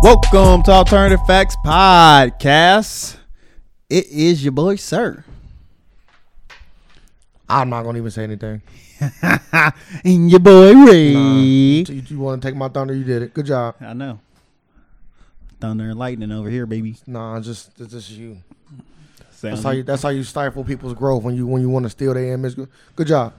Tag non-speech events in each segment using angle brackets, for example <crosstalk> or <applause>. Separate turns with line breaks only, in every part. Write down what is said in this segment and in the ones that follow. Welcome to Alternative Facts Podcast. It is your boy, sir.
I'm not gonna even say anything.
and your boy,
You,
Ray.
you want to take my thunder? You did it. Good job.
I know. Thunder and lightning over here, baby.
Nah, it's just it's just you.
Sound
That's how you. That's how you stifle people's growth when you when you want to steal their image. Good, good job.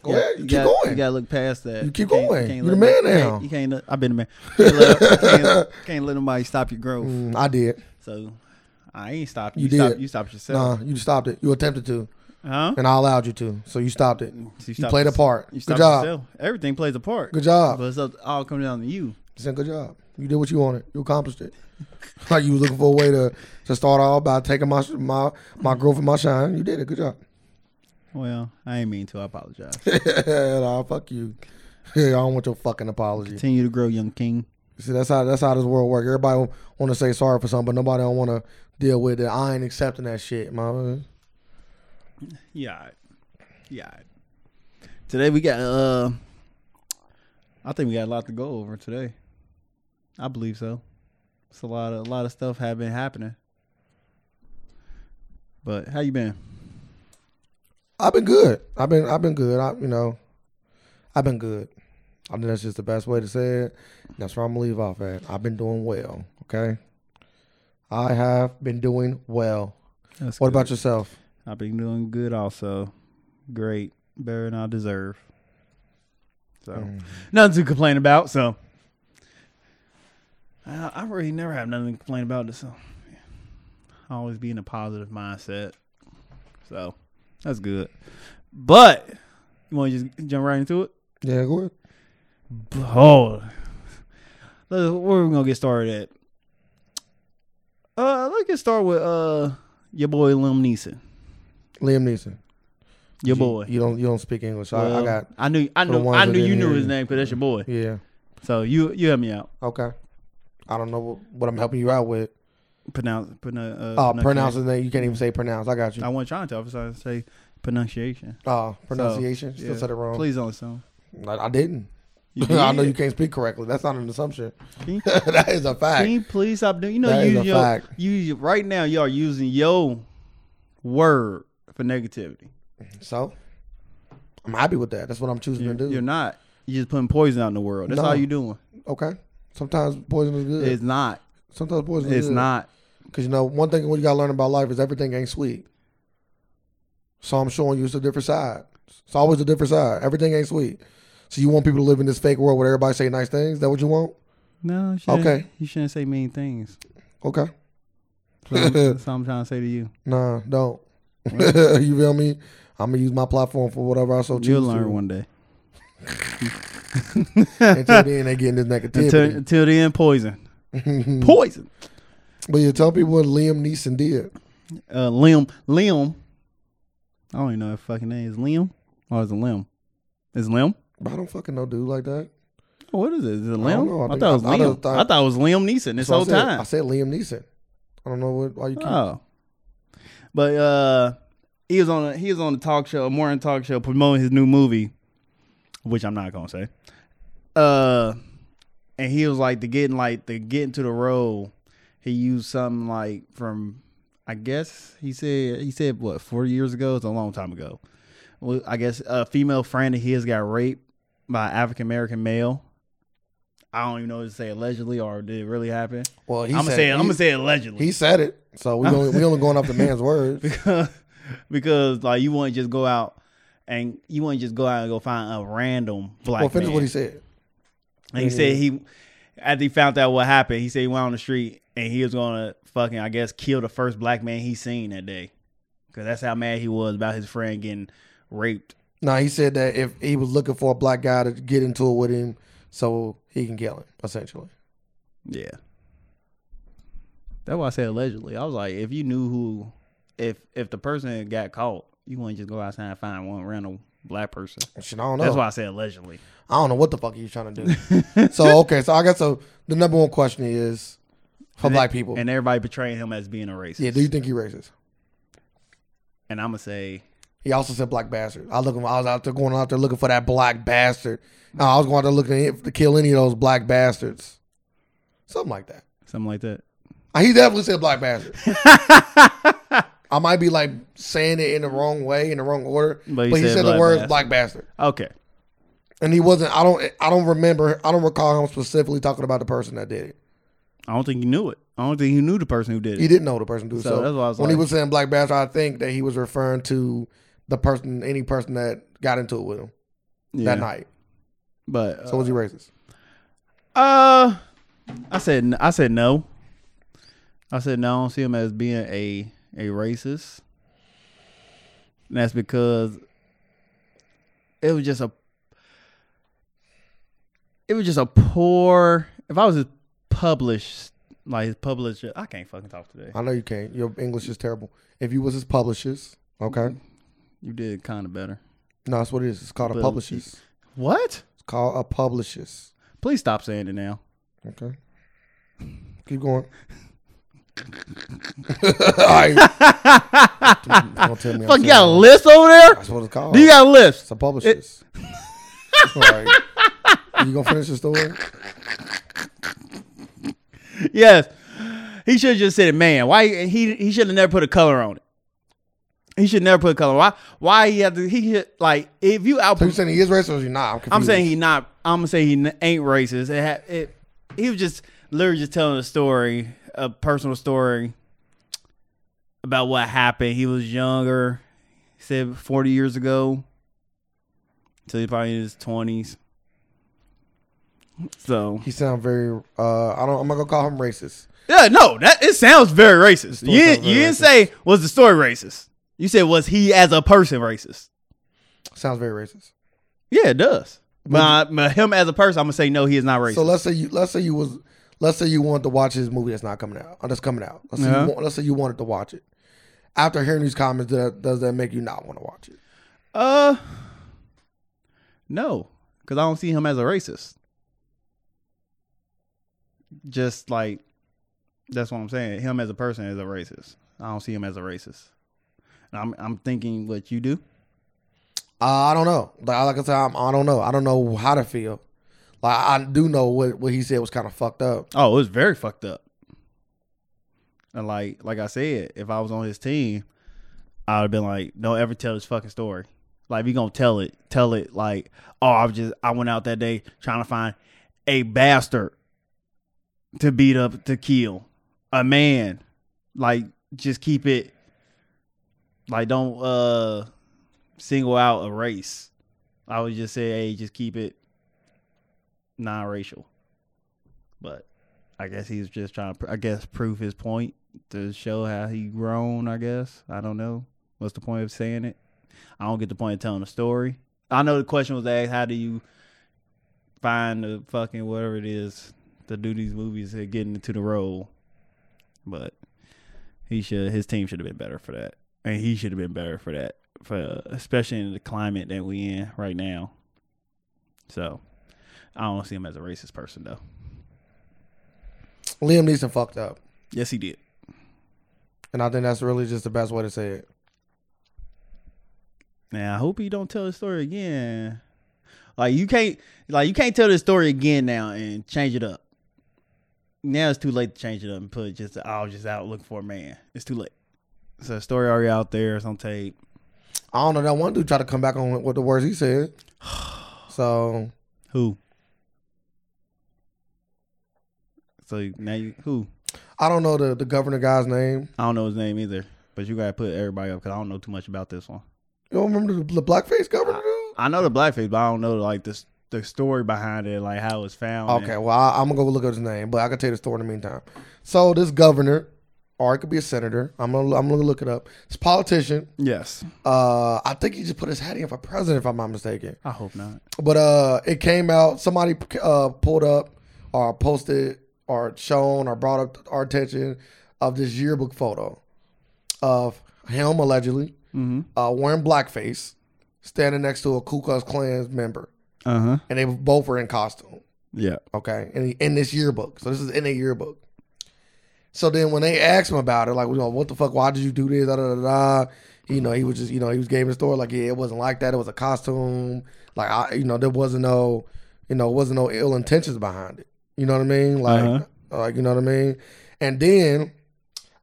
Go ahead. You keep
gotta, You
going.
gotta look past that.
You keep
can't-
going.
can't
You the
let-
man
you can't-
now.
You can't. let- I've been a man. Can't let, you can't,
<laughs>
can't let nobody stop your growth.
Mm, I did.
So I ain't stopped.
You
You, stopped.
did.
You stopped yourself.
Nah, you stopped it. You attempted to,
Huh?
and I allowed you to. So you stopped it. You,
stopped
played a
yourself.
part.
You
good
stopped
job.
yourself. Everything plays a part.
Good job.
But it's up, all come down to you.
You said good job. You did what you wanted. You accomplished it. <laughs> like you was looking for a way to to start off by taking my my my growth and my shine. You did it. Good job.
Well, I ain't mean to. I apologize.
<laughs> nah, fuck you. <laughs> I don't want your fucking apology.
Continue to grow, young king.
See, that's how that's how this world works. Everybody want to say sorry for something, but nobody don't want to deal with it. I ain't accepting that shit, mama.
Yeah. alright. Yeah. alright. Today we got uh I think we got a lot to go over today. I believe so. It's a lot of a lot of stuff have been happening. But how you been?
I've been good. I've been I've been good. I you know, I've been good. I think that's just the best way to say it. That's where I'm gonna leave off at. I've been doing well. Okay. I have been doing well.
That's
What
good.
about yourself?
I've been doing good also. Great. Better than I deserve. So
Mm.
nothing to complain about, so I, I really never have nothing to complain about. So I always be in a positive mindset. So that's good. But you want to just jump right into it?
Yeah, go ahead.
Behold. Let- Where we gonna get started at? Uh, let's get started with uh your boy Liam Neeson.
Liam Neeson.
Your
You-
boy.
You, don't you don't speak English. I, I
Well,
got
I knew. I
for the
knew.
ones
I
that
knew you
didn't
knew
hear
his
you.
name because that's your boy.
yeah.
So you you help me out.
Okay. I don't know what, what I'm helping you out with.
Pronounce. Pronounce. Uh,
Oh,
pronunciation.
pronounce his name. You can't even say pronounce. I got you.
I wasn't trying to. I was trying to say pronunciation.
Oh, pronunciation.
So,
Still
yeah.
said it wrong.
Please don't assume.
I, I didn't.
You
<laughs> I know
did.
you can't speak correctly. That's not an assumption. <laughs>
Can you,
that is a
can
fact.
you please stop doing? You know
That
you
is
use
a
your
fact.
you use- right now. You are using your word for negativity.
So I'm happy with that. That's what I'm choosing
You're,
to do.
you're not. You're just putting poison out in the world. That's
No.
all you're doing.
okay. Sometimes poison is good.
It's not.
Sometimes poison
It's
is good.
not.
Because you know, one thing what you gotta learn about life is everything ain't sweet. So I'm showing you it's a different side. It's always a different side. Everything ain't sweet. So you want people to live in this fake world where everybody say nice things? Is that what you want?
No. You shouldn't-
Okay.
You shouldn't say mean things.
<laughs> Okay.
That's that's what I'm trying to say to you.
Nah, don't. <laughs> you feel me? I'm gonna use my platform for whatever I so choose.
You'll
to.
learn one day.
Until then, they getting this
until,
negativity.
until then, poison.
Mm.
poison.
<laughs> but you tell people what Liam Neeson did.
Uh, Liam. Liam. I don't even know if fucking name is Liam or is it Lim? Is Lim?
But I don't fucking know dude like that.
What is it? Is it Lim?
I
I,
don't know. I think-
thought it was
I- I
Liam.
thought-
I thought it was Liam Neeson this
So I
whole
said-
time.
I said Liam Neeson. I don't know what, why you keep.
oh. But uh, he was on a, he was on a talk show, a morning talk show, promoting his new movie, which I'm not gonna say. Uh, and he was like to get in like to get into the role. He used something like from, I guess he said he said what four years ago. It's a long time ago. Well, I guess a female friend of his got raped by African American male. I don't even know what to say allegedly or did it really happen.
well, he
I'm gonna
said,
say I'm
he,
gonna say allegedly
he said it. So we only, we only
<laughs>
going off the man's word.
because <laughs> because like you wouldn't just go out and you wouldn't just go out and go find a random black
Well, finish
man.
what he said.
and he said he after he found out what happened, he said he went on the street and he was gonna fucking I guess kill the first black man he seen that day because that's how mad he was about his friend getting raped.
No, he said that if he was looking for a black guy to get into it with him, so he can kill him, essentially.
Yeah, that's why I said allegedly. I was like, if you knew who, if if the person that got caught, you wouldn't just go outside and find one random black person.
Shit, I don't know.
That's why I said allegedly.
I don't know what the fuck he was trying to do.
<laughs>
so okay, so I guess so. The number one question is for black people.
and everybody portraying him as being a racist.
yeah, do you think he racist?
and I'm gonna say
He also said black bastard. I looking. I was out there going out there looking for that black bastard. No, I was going out there looking to kill any of those black bastards. Something like that.
Something like that.
Uh, He definitely said
<laughs>
black bastard. I might be like saying it in the wrong way, in the wrong order,
But he
but he
said
said, the
black
words
bastard.
black bastard.
Okay.
And he wasn't. I don't. I don't remember. I don't recall him specifically talking about the person that did it.
I don't think he knew it. I don't think he knew the person who did
He
it.
didn't know the person who.
So
So,
that's what I was
when
like-
he was saying black bastard, I think that he was referring to the person, any person that got into it with him
Yeah.
that night.
But uh,
So was he racist?
Uh, I said n- I said no. I said no. I don't see him as being a a racist. And that's because it was just a it was just a poor. If I was his published like his publisher, I can't fucking talk today.
I know you can't. Your English is terrible. If you was his publishers, okay,
Mm-hmm. You did kind of better.
no, that's what it is. It's called a
But-
publishers.
What?
It's called a publishers.
Please stop saying it now.
Okay, keep going. <laughs> All right. Don't tell me I'm
Fuck, you got a
saying-
list over there?
That's what it's called.
Do you got a list?
It's a publishers. All right. You gonna finish the story?
<laughs> Yes. He should have just said, "Man, why he he should have never put a color on it." He should never put a color. Why? Why he had to? He should, like if you out.
So you saying he is racist or you not? I'm confused.
I'm saying he not. I'm gonna say he n- ain't racist. It, ha- it he was just literally just telling a story, a personal story about what happened. He was younger. He said 40 years ago. So he probably in his 20s. So
he sound very. Uh, I don't. I'm not gonna call him racist.
yeah, no, that it sounds very racist.
story
You
sounds
didn't,
very
you didn't
racist.
say was the story racist. You said was he as a person racist.
Sounds very racist.
Yeah, it does. My, my him as a person, I'm gonna say no, he is not racist.
So let's say you. Let's say you was. Let's say you wanted to watch his movie that's not coming out. Or that's coming out. Let's say,
Uh-huh.
you, want, let's say you wanted to watch it. After hearing these comments, does that, does that make you not want to watch it?
uh, no, because I don't see him as a racist. Just like that's what I'm saying. Him as a person is a racist. I don't see him as a racist. And I'm I'm thinking what you do.
Uh, I don't know. Like, like I said, I'm, I don't know. I don't know how to feel. Like I do know what what he said was kind of fucked up.
Oh, it was very fucked up. And like like I said, if I was on his team, I'd have been like, Don't ever tell this fucking story. Like if you gonna tell it, tell it like, oh, I was just I went out that day trying to find a bastard to beat up to kill. A man. Like just keep it like don't uh single out a race. I would just say, hey, just keep it non racial but I guess he's just trying to, pr- I guess, prove his point to show how he grown. I guess I don't know what's the point of saying it. I don't get the point of telling a story. I know the question was asked: How do you find the fucking whatever it is to do these movies and getting into the role? But he should, his team should have been better for that, and he should have been better for that, for especially in the climate that we in right now. So I don't see him as a racist person though.
Liam Neeson fucked up,
Yes, he did.
and I think that's really just the best way to say it.
Now I hope he don't tell the story again. Like you can't, like you can't tell this story again now and change it up. Now it's too late to change it up and put just I was just out looking for a man. It's too late. So the story already out there. It's on tape.
I don't know. That one dude tried to come back on with the words he said. <sighs> So
Who? So now you who?
I don't know the, the governor guy's name.
I don't know his name either. But you gotta put everybody up because I don't know too much about this one.
You don't remember the, the blackface governor dude?
I know the blackface, but I don't know like this the story behind it, like how it's found. and-
Okay, well I, I'm gonna go look up his name, but I can tell you the story in the meantime. So this governor, or it could be a senator. I'm gonna I'm gonna look it up. It's a politician.
Yes.
Uh, I think he just put his hat in for president, if I'm not mistaken.
I hope not.
But uh, it came out. Somebody uh, pulled up or posted or shown or brought up our attention of this yearbook photo of him allegedly
Mm-hmm.
uh, wearing blackface, standing next to a Ku Klux Klan member,
Uh huh.
and they both were in costume.
Yeah.
Okay, in, in this yearbook. So this is in a yearbook. So then when they asked him about it, like, you know, what the fuck? Why did you do this? Da, da, da, da. you know, he was just, you know, he was gave the story like, yeah, it wasn't like that. It was a costume. Like, I, you know, there wasn't no, you know, wasn't no ill intentions behind it. You know what I mean? Like,
Uh-huh.
like you know what I mean? And then,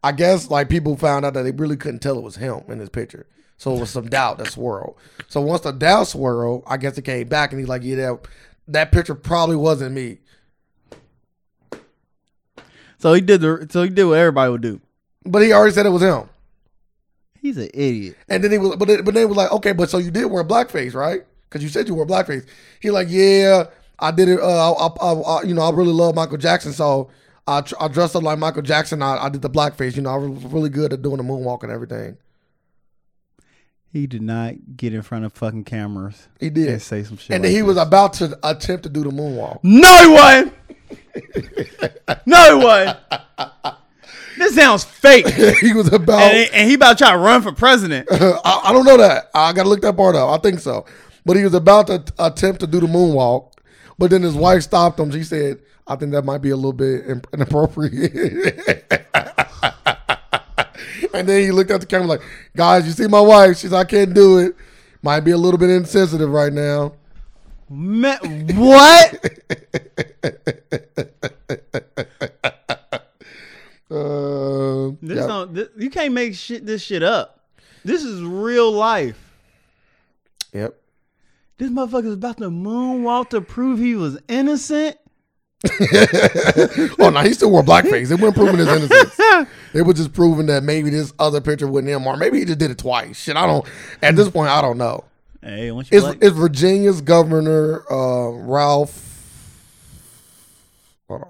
I guess like people found out that they really couldn't tell it was him in this picture. So it was some doubt that swirled. So once the doubt swirled, I guess it came back and he's like, yeah, that, that picture probably wasn't me.
So he did the. So he did what everybody would do.
But he already said it was him.
He's an idiot.
And then he was, but it, but then it was like, okay, but so you did wear blackface, right? Because you said you wore blackface. He like, yeah, I did it. Uh, I, I, I, you know, I really love Michael Jackson, so I, tr- I dressed up like Michael Jackson. I, I did the blackface. You know, I was really good at doing the moonwalk and everything.
He did not get in front of fucking cameras
He did.
and say some shit.
and
like
then he
that.
was about to attempt to do the moonwalk.
No <laughs> one. no one. This sounds <laughs> fake. And,
he was about.
and he about to try to run for president.
<laughs> I, I don't know that. I gotta look that part up. I think so. But he was about to t- attempt to do the moonwalk, but then his wife stopped him. She said, "I think that might be a little bit in- inappropriate." <laughs> and then he looked at the camera like, "Guys, you see my wife? She's I can't do it. Might be a little bit insensitive right now."
Ma- <laughs> what?
Uh,
This
yeah.
don't, thi- you can't make shit this shit up. This is real life.
Yep.
This motherfucker's about to moonwalk to prove he was innocent.
Oh no, he still wore blackface. It wasn't proving his innocence. It was just proving that maybe this other picture wasn't him, or maybe he just did it twice. Shit, I don't. At this point, I don't know.
Hey, once you
Is
black-
is Virginia's governor uh, Ralph? Hold on,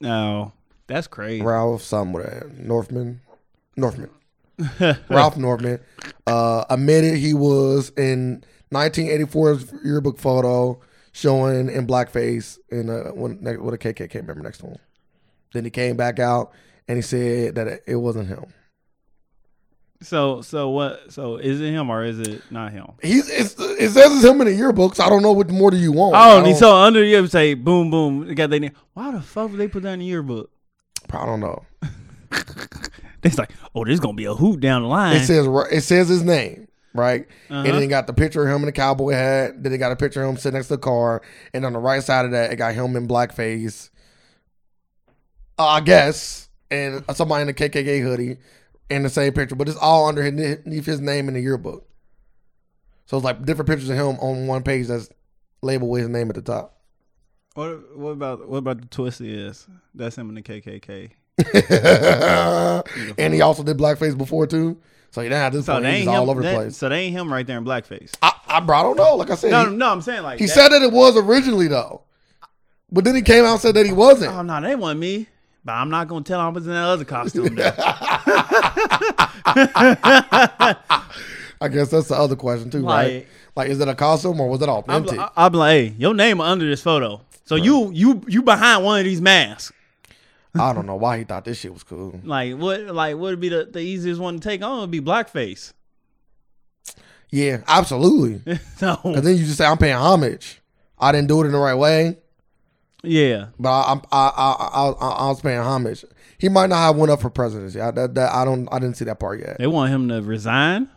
no, that's crazy.
Ralph somewhere Northman, <laughs> Northman, Ralph Northman uh, admitted he was in 1984's yearbook photo showing in blackface in a, when, ne- with a KKK member next to him. Then he came back out and he said that it- it wasn't him.
So, so what? So is it him or is it not him?
He's it's, it says it's him in the yearbooks. I don't know what more do you want. I
Oh,
don't,
and so under you say boom boom. They got their name. Why the fuck would they put that in the yearbook?
I don't know.
They's like, oh, there's gonna be a hoop down the
It
line.
says it says his name, right? And
Uh-huh.
then it got the picture of him in a cowboy hat. Then it got a picture of him sitting next to the car. And on the right side of that, it got him in blackface. Uh, I guess, and uh, somebody in a KKK hoodie in the same picture, but it's all underneath his name in the yearbook. So it's like different pictures of him on one page that's labeled with his name at the top. <laughs>
what, what about what about the twist is? That's him in the <laughs> KKK.
and he also did blackface before too. So yeah, at this
So
point,
they
he's
ain't
just all
him.
over
that-
the place.
So they ain't him right there in blackface.
I, I, bro, I don't know. Like I said,
No,
he,
no, no, I'm saying like
he
that-
said that it was originally though, but then he came out and said that he wasn't.
Oh no, they want me, but I'm not gonna tell them I was in that other costume. <laughs> though.
<laughs> I guess that's the other question too, right?
Like-
Like, is it a costume or was it
I'm,
authentic?
I- I'm like, hey, your name under this photo. So you you you behind one of these masks.
I don't know why he thought this shit was cool.
Like what? Like what would be the, the easiest one to take on? Would be blackface. <laughs>
Yeah, absolutely.
so
And then you just say, "I'm paying homage. I didn't do it in the right way."
yeah,
But I, I'm- I, I, I, I, I was paying homage. He might not have went up for presidency. I, that, that, I don't, I didn't see that part yet.
they want him to resign.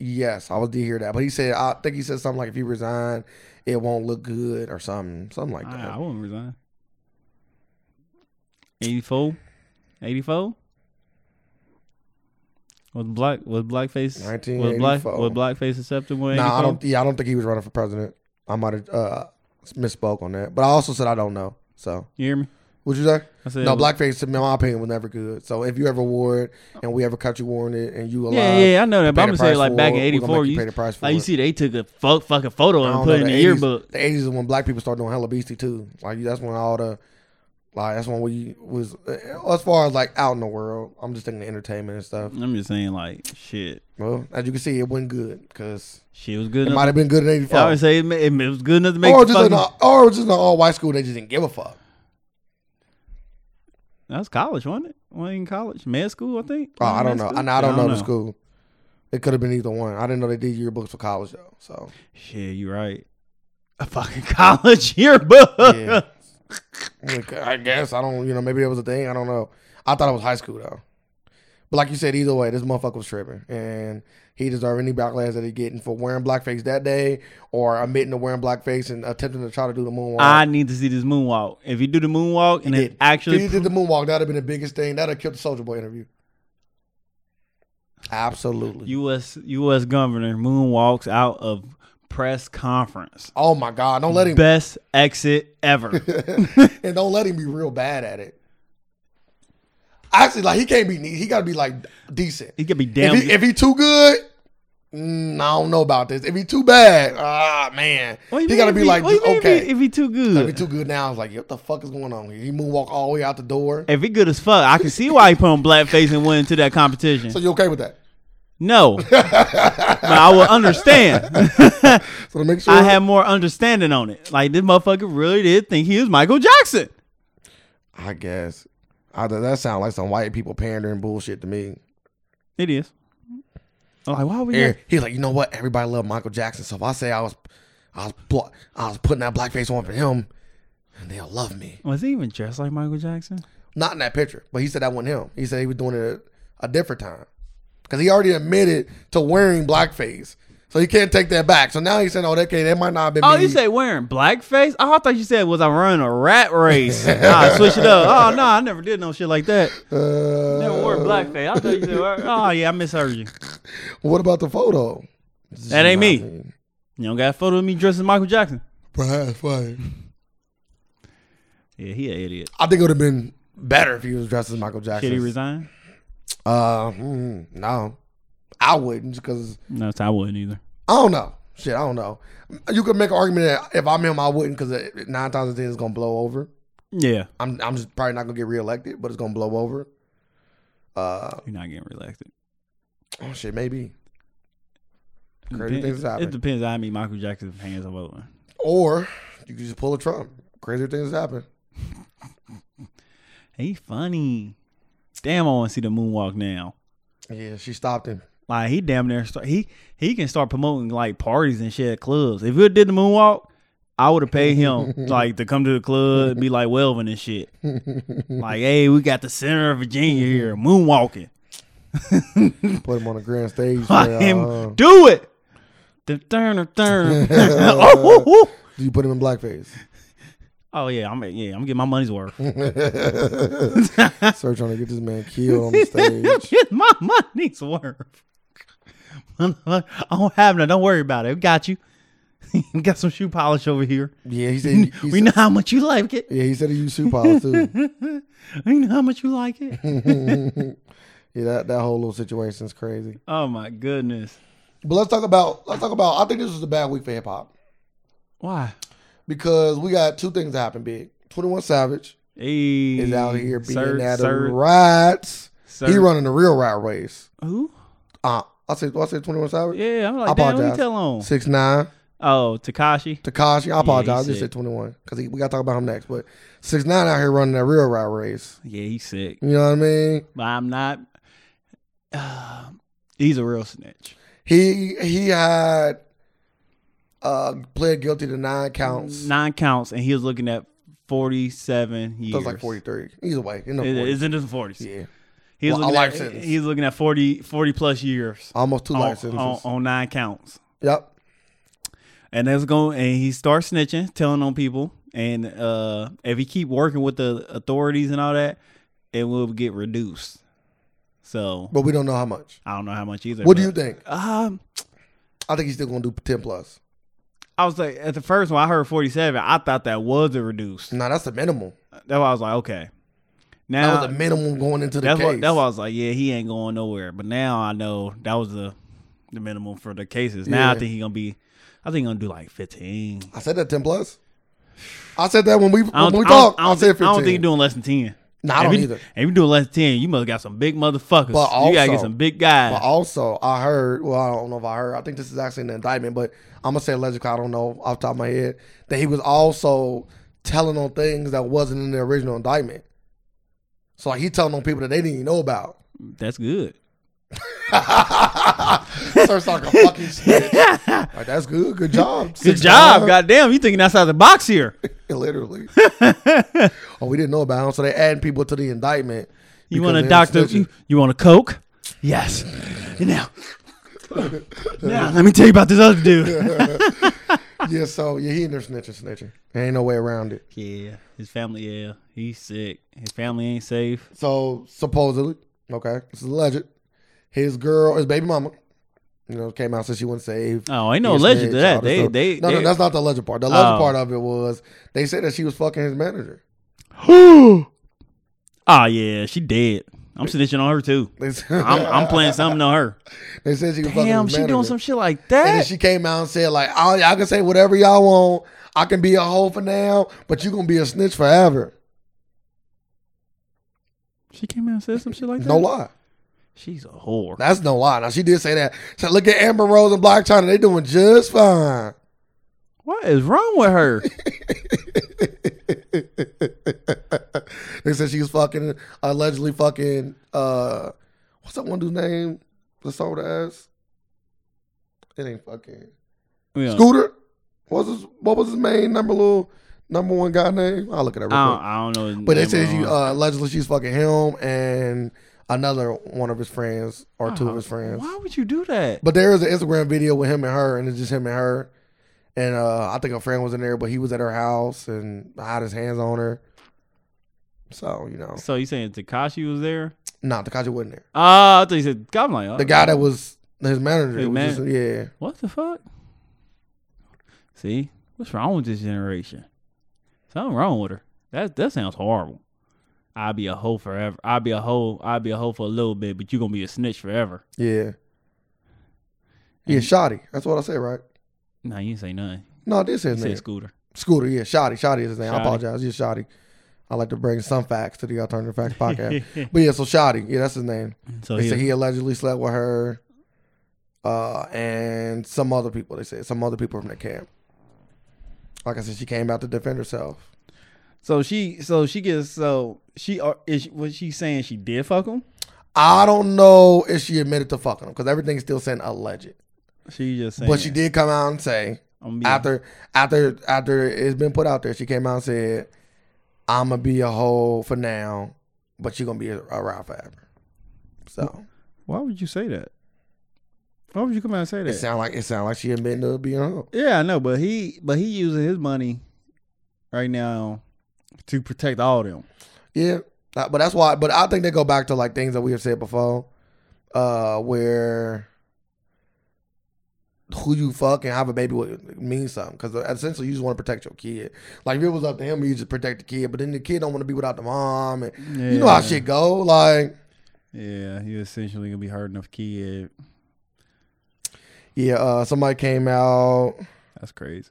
Yes, I was did hear that. But he said, I think he said something like, "If you resign, it won't look good" or something, something like
I, I
that.
wouldn't resign. 84? 84? Was black was blackface was black
1984.
was blackface acceptable? in
No, I
84?
don't. Yeah, I don't think he was running for president. I might have uh, misspoke on that. But I also said I don't know. So
You hear me?
would you say?
I said
No,
it was-
blackface, in my opinion, was never good. So if you ever wore it and we ever caught you wearing it and you alive,
Yeah, yeah, I know that. But
pay
I'm
the
gonna say
price
like
for
back
it.
in
We're gonna
'84,
make you
you,
pay the price for
like you
it.
see they took a fu- fucking photo
I
and
don't
put
know,
it in the
80s
yearbook.
The eighties is when black people started doing hella beastie too. Like that's when all the like that's when we was eh, as far as like out in the world. I'm just thinking entertainment and stuff.
I'm just saying like shit,
Well, as you can see, it wasn't good because
shit was good.
it
Enough.
might have been good in eighty
I would
five,
say it, ma- it was good enough to make.
or
the
just in
fucking,
a, or it was just an all white school. They just didn't give a fuck.
that was college, wasn't it? Wasn't in college, med school, I think.
Oh, I
Wasn't med
don't know.
school?
I, I don't know the school. It could have been either one. I didn't know they did yearbooks for college though. So
Shit, you right. A fucking <laughs> college yearbook. <laughs>
<laughs> yeah, Like, I guess I don't. You know, maybe it was a thing. I don't know. I thought it was high school though. But like you said, either way, this motherfucker was tripping, and he deserved any backlash that he getting for wearing blackface that day or admitting to wearing blackface and attempting to try to do the moonwalk.
I need to see this moonwalk. If you do the moonwalk and it
did. if
actually, <laughs>
he did the moonwalk, that'd have been the biggest thing. That'd have killed the Soldier Boy interview. Absolutely.
U.S. U.S. governor moonwalks out of press conference.
oh my God! Don't let him
Best exit ever.
<laughs> and don't let him be real bad at it. Actually, like he can't be neat. He got to be like decent.
he could be
If
damn.
he, if he too good, mm, I don't know about this. If he too bad, ah man,
What do you
he
mean
got to
if
be like
what do you mean if he-
okay.
If he too
If he
good,
too good now, I was like, what the fuck is going on here? He moonwalk all the way out the door.
if he good as fuck, I can see why he put on blackface and went into that
<laughs>
competition.
So you okay with that?
no,
<laughs>
but I will understand.
So to make sure
I have more understanding on it. Like this motherfucker really did think he was Michael Jackson.
I guess. I, that- that sounds like some white people pandering bullshit to me.
It is. I'm like, why would
Yeah.
you?
He's like, you know what? Everybody loved Michael Jackson, so if I say I was, I was, blo- I was putting that blackface on for him, and they'll love me.
Was he even dressed like Michael Jackson?
Not in that picture, but he said that wasn't him. He said he was doing it a, a different time because he already admitted to wearing blackface, so he can't take that back. So now he's saying, oh, okay, that might not have been.
Oh,
me.
you say wearing blackface? Oh, I thought you said was I running a rat race? <laughs> nah, switch it up. Oh no, I never did no shit like that.
Uh,
Never wore blackface. I thought you said. <laughs> Oh yeah, I misheard you.
what about the photo?
That ain't me. You don't got a photo of me dressed as Michael Jackson.
Perhaps, right.
Yeah, he an idiot.
I think it would have been better if he was dressed as Michael Jackson.
Should he resign?
Uh, mm, no, I wouldn't because
No, I wouldn't either.
I don't know. Shit, I don't know. You could make an argument that if I'm him, I wouldn't because nine times out of ten it's gonna blow over.
Yeah,
I'm I'm just probably not gonna get reelected, but it's gonna blow over. Uh,
you're not getting reelected.
oh shit, maybe. Crazy
Depen-
things happen.
It depends how many Michael Jackson's hands I'm over.
Or you could just pull a Trump. Crazy things happen.
He funny. Damn, I want to see the moonwalk now.
Yeah, she stopped him.
Like he damn near start, he he can start promoting like parties and shit at clubs. If he did the moonwalk, I would have paid him like to come to the club and be like Welvin and shit. Like, hey, we got the center of Virginia here moonwalking.
Put him on the
<laughs>
grand stage. for,
Like him,
uh,
do it. The turn turn. <laughs> oh, woo, woo.
you put him in blackface.
Oh, yeah, I'm yeah, I'm getting my money's worth.
Start trying to get this man
<laughs>
killed on the stage.
Get my money's worth. <laughs> I don't have none. Don't worry about it. We got you. <laughs> We got some shoe polish over here.
Yeah, he said. He, he
We
said
know how much you like it.
yeah, he said he used shoe
<laughs>
polish too.
We know how much you like it.
<laughs> Yeah, that, that whole little situation is crazy.
oh my goodness.
But let's talk about let's talk about. I think this was a bad week for hip hop
Why?
because we got two things that happened big. Twenty One Savage
Hey,
is out here being
sir,
at the
sir,
rats. He
sir.
running the real rat race.
Who?
Uh, I said I said Twenty One Savage.
Yeah, I'm
I
like, damn, what you
apologize.
tell on?
Six nine
Oh, Takashi.
Takashi. I apologize. I just
sick.
said twenty one because we got to talk about him next. But six nine out here running that real rat race.
Yeah, he's sick.
You know what I mean?
But I'm not. <sighs> he's a real snitch.
He he had uh pled guilty to nine counts.
Nine counts, and he was looking at 47 years.
That was like forty three. Either way, in the
It-
40s.
it's in the 40s.
yeah,
He's,
Well, a
looking
life
at,
sentence.
he's looking at 40, 40 plus years
almost two
on,
life sentences.
on- on nine counts.
Yep.
And that's going and he starts snitching, telling on people. And uh, if he keep working with the authorities and all that, it will get reduced. So
But we don't know how much.
I don't know how much either.
What do
but-
you think?
Um,
I think he's still gonna do ten plus.
I was like at the first one I heard forty seven. I thought that was a reduced.
Nah, that's the minimum.
That's why I was like, okay.
That
Now
was the minimum going into the
that's
case.
what that's why I was like, yeah, he ain't going nowhere. But now I know that was the the minimum for the cases. Now I
Yeah.
think he gonna be, I think he gonna do like fifteen.
I said that ten plus. I said that when we
I don't,
when we
I don't-
talked.
I
I,
don't
said
think, I
fifteen.
don't think he doing less than ten.
Nah, I
if
don't
you,
either.
If you doing less than ten, you must got some big motherfuckers.
But
you gotta get
also-
some big guys.
But also, I heard. Well, I don't know if I heard. I think this is actually an indictment, but I'm gonna say allegedly. I don't know off the top of my head that he was also telling on things that wasn't in the original indictment. So like he telling on people that they didn't even know about. <laughs>
that's good.
Sir, like a fucking snitch. Like, that's good. Good job.
Good job, goddamn. You thinking outside the box here?
Literally.
<laughs>
oh, we didn't know about him, so they adding people to the indictment.
You
because
want a
they
doctor?
snitching.
You, you want a coke? Yes. And
<laughs>
now, now let me tell you about this other
<laughs>
dude.
yeah, so yeah, he in there snitching, snitching. There ain't no way around it.
yeah, his family. Yeah, he's sick. His family ain't safe.
So supposedly, okay, this is alleged. His girl, his baby mama, you know, came out said she wasn't safe.
Oh, ain't no
His
legend to
snitch,
that.
all this
They-
stuff.
they-
no,
they-
no, that's not the legend part. The legend
Oh.
part of it was they said that she was fucking his manager. <laughs>
<gasps> Ah, yeah, she dead. I'm snitching on her too.
They said,
I'm, I'm playing something on her.
<laughs> They said she was fucking
Damn,
his
she doing
manager.
some shit like
And then
that.
she came out and said, like, oh, y'all can say whatever y'all want. I can be a hoe for now, but you gonna be a snitch forever.
She came out and said some shit like that.
No lie.
She's a whore.
That's no lie. Now she did say that. So look at Amber Rose and Black China. They doing just fine.
What is wrong with
<laughs>
her?
they said she was fucking allegedly fucking uh what's that one dude's name? The soda ass? It ain't fucking
Yeah.
Scooter? What's his what was his main number little number one guy name? I'll look at that real
I
quick.
don't, I don't know. his
But they
name
said
or
she
not.
uh, allegedly she's fucking him and another one of his friends or two of his friends.
Ah, Why would you do that?
But there is an Instagram video with him and her, and it's just him and her. And uh, I think a friend was in there, but he was at her house and had his hands on her. So you know,
So you saying Takashi was there?
nah, Takashi wasn't there.
Ah, I thought you said. I'm like, oh,
The guy that was his manager,
His
was
man-
just- yeah,
what the fuck? See, what's wrong with this generation? Something wrong with her. That that sounds horrible. I'll be a hoe forever. I'll be a hoe. I'll be a hoe for a little bit, but you gonna be a snitch forever.
yeah, yeah. Shoddy, that's what I said, right?
No, you didn't say nothing.
No, this
You
is
said
name.
Scooter.
Scooter, yeah, Shoddy, Shoddy is his name. I
Shoddy.
apologize, yeah, Shoddy. I like to bring some facts to the
<laughs>
Alternative Facts podcast. but yeah, so Shoddy, yeah, that's his name.
So
They
he,
said he allegedly slept with her, uh, and some other people. They said some other people from the camp. Like I said, she came out to defend herself.
so she so she gets so she are is she- was she saying she did fuck him?
I don't know if she admitted to fucking him because everything's still saying alleged.
She just saying.
But she did come out and say
I'm being-
after after after it's been put out there, she came out and said, "I'm gonna be a hoe for now, but you're gonna be around forever." So
Why would you say that? Why would you come out and say
it
that?
sound like it sound like she admitted to being a hoe.
Yeah, I know, but he but he using his money right now to protect all them.
Yeah, Uh, but that's why. But I think they go back to like things that we have said before, uh, where who you fuck and have a baby with means something because essentially you just want to protect your kid. Like if it was up to him, you just protect the kid, but then the kid don't want to be without the mom, and
Yeah.
you know how shit go. Like
Yeah, he essentially gonna be hurting enough kid.
yeah, uh, somebody came out
That's crazy.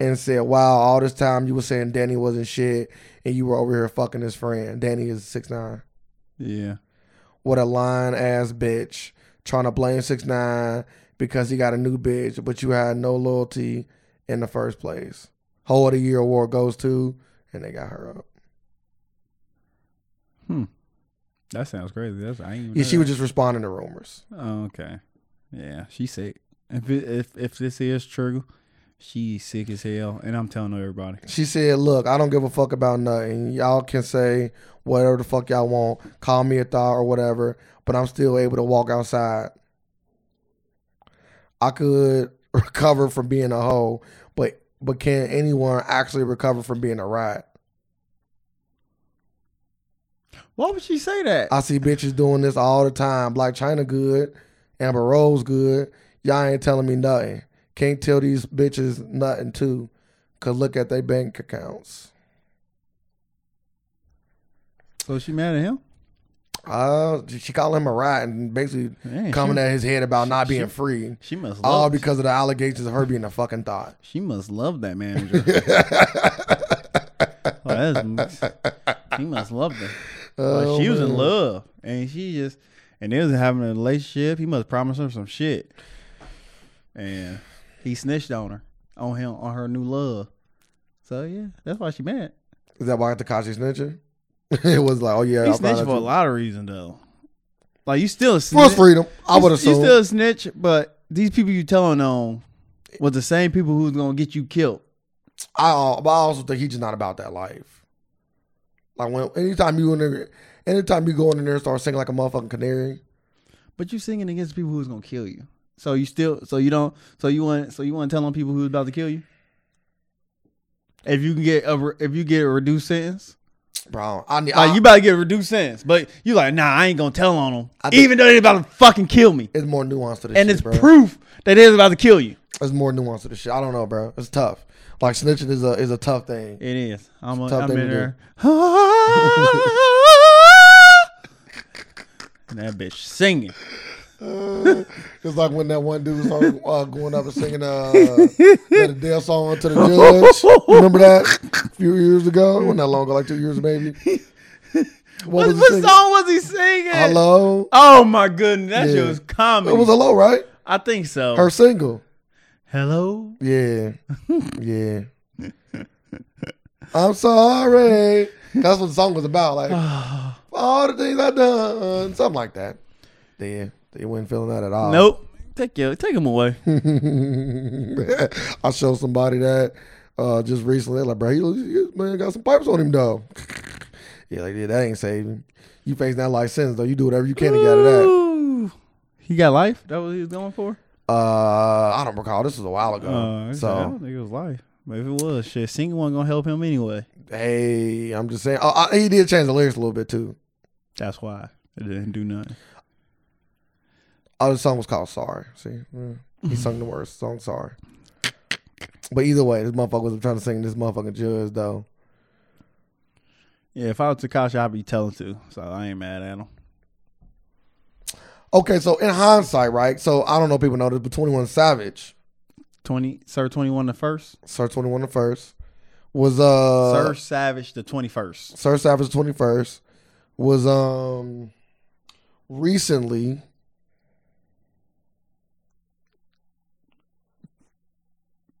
and said, "Wow, all this time you were saying Danny wasn't shit, and you were over here fucking his friend. Danny is six nine.
Yeah.
with a lying ass bitch trying to blame six nine because he got a new bitch, but you had no loyalty in the first place. Whole of the year award goes to, and they got her up.
That sounds crazy. That's I ain't even
Yeah,
know
she was
that.
just responding to rumors.
oh, okay. Yeah, she sick. If it, if if this is true, she sick as hell, and I'm telling everybody.
She said, "Look, I don't give a fuck about nothing. Y'all can say whatever the fuck y'all want. Call me a thought or whatever, but I'm still able to walk outside. I could <laughs> recover from being a hoe, but but can anyone actually recover from being a rat?
Why would she say that?
I see bitches doing this all the time. Black China good, Amber Rose good. Y'all ain't telling me nothing. Can't tell these bitches nothing too, cause look at their bank accounts.
so she mad at him?
Uh, she called him a rat and basically
Man, she-
coming at his head about not
she-
being free,
She must
all
love.
because of the allegations of her being a fucking thought.
she must love that
<laughs>
manager. Oh, that's, she must love that. Like,
Oh,
she was in
man.
love, and she just and they was having a relationship. He must promise her some shit, and he snitched on her, on him, on her new love. So yeah, that's why she mad.
Is that why Takashi snitching? <laughs> it was like, oh yeah,
He
I found
snitched
out
for a
you-
lot of reasons though. Like you still a snitch.
First freedom, I would
You-
assume.
you still a snitch, but these people you telling on was the same people who's gonna get you killed.
I, but I also think he's just not about that life. Like when anytime you in there, Anytime you go in there and start singing like a motherfucking canary,
But you singing against people who's gonna kill you. So you still, so you don't, so you want, so you want to tell on people who's about to kill you. If you can get a, re- if you get a reduced sentence,
bro, I need.
like
I,
you about to get a reduced sentence, but you like, nah, I ain't gonna tell on them,
I think-
even though they about to fucking kill me,
it's more nuanced to this.
and
shit,
it's
bro.
proof that they're about to kill you.
It's more nuanced to this shit. I don't know, bro. It's tough. Like snitching is a is a tough thing.
It is. I'm, a,
tough
I'm
thing
in
to do. <laughs>
there. and that bitch singing.
It's like when that one dude started uh, going up and singing uh, the Dale song to the judge. Remember that a few years ago? When that long ago, like two
<laughs>
years maybe.
What,
was he
what
singing?
song was he singing?
Hello.
Oh my goodness, that
Yeah.
shit was comedy.
It was hello, right?
I think so.
Her single.
Hello.
Yeah. Yeah. I'm sorry. That's what the song was about. Like "For all the things I done, something like that. Yeah, they weren't feeling that at all.
Nope. Take your, take him away.
<laughs> I showed somebody that uh, just recently. Like, bro, he, he- man got some pipes on him though. <laughs> yeah, like yeah, that ain't saving. You face that life sentence though. You do whatever you can to get out of that.
Ooh. He got life. That what he was going for.
Uh, I don't recall. This was a while ago.
Uh, so I
so
don't think it was life. But if it was, shit, singing wasn't gonna help him anyway.
hey, I'm just saying. Oh, I, he did change the lyrics a little bit too.
That's why it didn't do nothing.
Oh, the song was called "Sorry." See, Yeah.
Mm-hmm.
he sung the worst song "Sorry." But either way, this motherfucker was trying to sing this motherfucking judge though.
Yeah, if I was Takashi, I'd be telling to. So I ain't mad at him.
Okay, so in hindsight, right? So I don't know if people know this, but Twenty One Savage.
Twenty, Sir Twenty One the first,
Sir 21 the first was uh
Sir Savage the twenty first.
Sir Savage 21st was um recently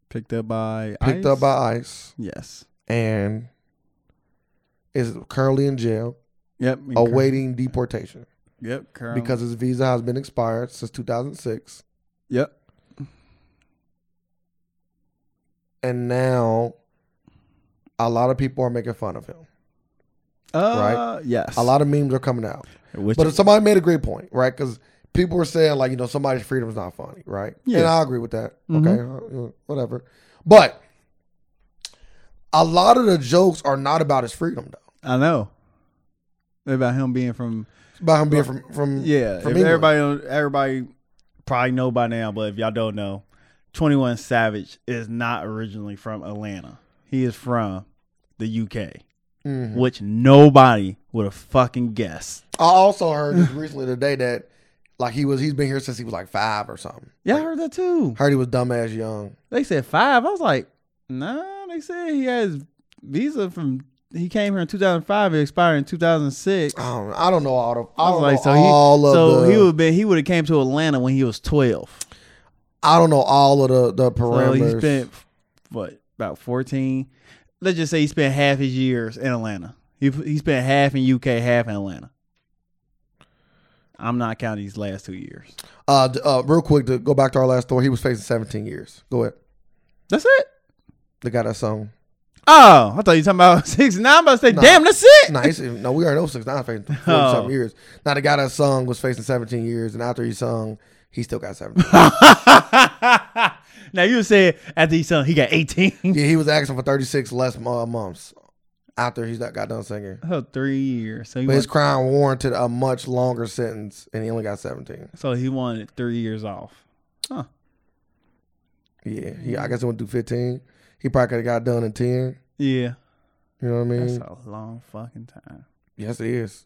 Picked up by
picked
ICE?
up by ICE
yes.
and is currently in jail
Yep.
awaiting deportation
Yep. Current.
because his visa has been expired since 2006
yep.
and now a lot of people are making fun of him.
Uh, right. Yes.
A lot of memes are coming out.
Which
But somebody made a great point, right? Because people were saying like, you know, somebody's freedom is not funny, right?
Yeah.
And I agree with that.
Mhm.
Okay, uh, whatever. But a lot of the jokes are not about his freedom though.
I know. About him being from
It's about him being from from
yeah.
from
if
England.
everybody don't- everybody probably know by now, but if y'all don't know, Twenty One Savage is not originally from Atlanta. He is from the UK,
Mhm.
which nobody would have fucking guessed.
I also heard just recently today that like he was he's been here since he was like five or something.
Yeah, I heard that too.
Heard he was dumbass young.
They said five. I was like, nah. They said he has visa from. He came here in 2005. It expired in 2006.
I don't I don't know all the I,
I was
don't
like,
know
so he,
all of
so
the
he would been he would have came to Atlanta when he was 12.
I don't know all of the the
So
parameters.
he spent what about 14? Let's just say he spent half his years in Atlanta. He he spent half in UK, half in Atlanta. I'm not counting these last two years.
uh, d- uh, real quick to go back to our last story, he was facing 17 years. Go ahead.
That's it.
They got that song.
Oh, I thought you were talking about <laughs> six. Now I'm about to say,
Nah.
damn, that's it.
No, he's, no, we already know six
<laughs>
nine facing forty
Oh.
something years. Now the guy that sung was facing seventeen years, and after he sung, he still got
<laughs>
seventeen.
now you said after he sung, he got <laughs> 18.
yeah, he was asking for thirty six less uh, months after he got done singing.
Oh, three years. So he
But his
went,
crime warranted a much longer sentence, and he only got seventeen.
so he wanted three years off. Huh.
Yeah, he, I guess he went through fifteen. He probably could have got done in ten.
Yeah.
You know what I
That's
mean?
a long fucking time.
Yes, it is.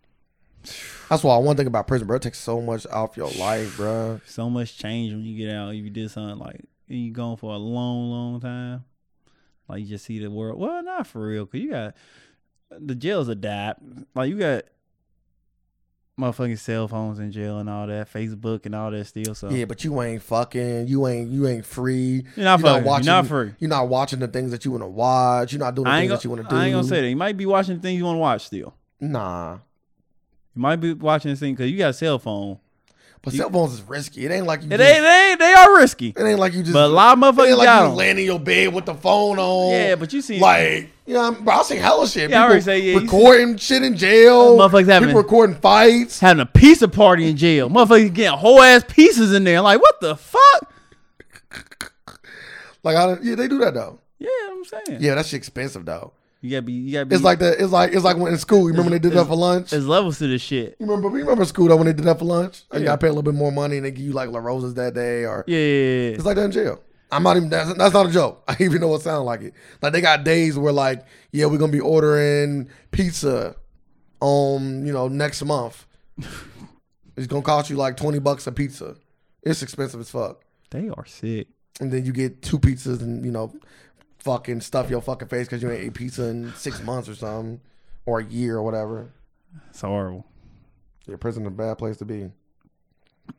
That's why one thing about prison, bro. It takes so much off your life, bro.
So much change when you get out. If you did something like and you gone for a long, long time, like you just see the world. Well, not for real, cause you got the jails adapt. Like you got motherfucking cell phones in jail and all that, Facebook and all that still. So
Yeah, but you ain't fucking. You ain't. You ain't free.
you're not
You're not
fucking. You're not
watching-
free.
You're not watching the things that you want to watch. You're not doing the
I
things
ain't,
that you
gonna,
want to do.
I ain't gonna say that. You might be watching things you want to watch still.
Nah.
You might be watching this thing because you got a cell phone.
But cell phones is risky. It ain't like you.
It
just,
ain't, they, they are risky.
It ain't like you just.
But a lot of
it ain't
motherfuckers
like
got
you
'em.
laying in your bed with the phone on.
Yeah, but you seen-
like you know, I'm- bro, I seen hella shit.
Yeah, I
People
already say, yeah, you
recording shit in jail.
Motherfuckers having-
people recording fights.
Having a pizza party in jail. Motherfuckers getting whole ass pieces in there. Like, what the fuck?
Like I, yeah, they do that though.
Yeah, I'm saying.
Yeah, that shit expensive though.
You gotta be you gotta be
It's like the it's like it's like when in school. You remember when they did that for lunch?
there's levels to this shit.
You remember? You remember school though when they did that for lunch? Like, You got to pay a little bit more money and they give you like La Rosa's that day or
Yeah, yeah, yeah.
It's like that in jail. I'm not even. That's, that's not a joke. <laughs> I even know it sounds like it. Like they got days where like, yeah, we're gonna be ordering pizza, on you know next month. it's gonna cost you like twenty bucks a pizza. It's expensive as fuck.
They are sick.
And then you get two pizzas and you know, fucking stuff your fucking face because you ain't ate pizza in six months or something, or a year or whatever.
It's horrible.
Yeah, prison's a bad place to be.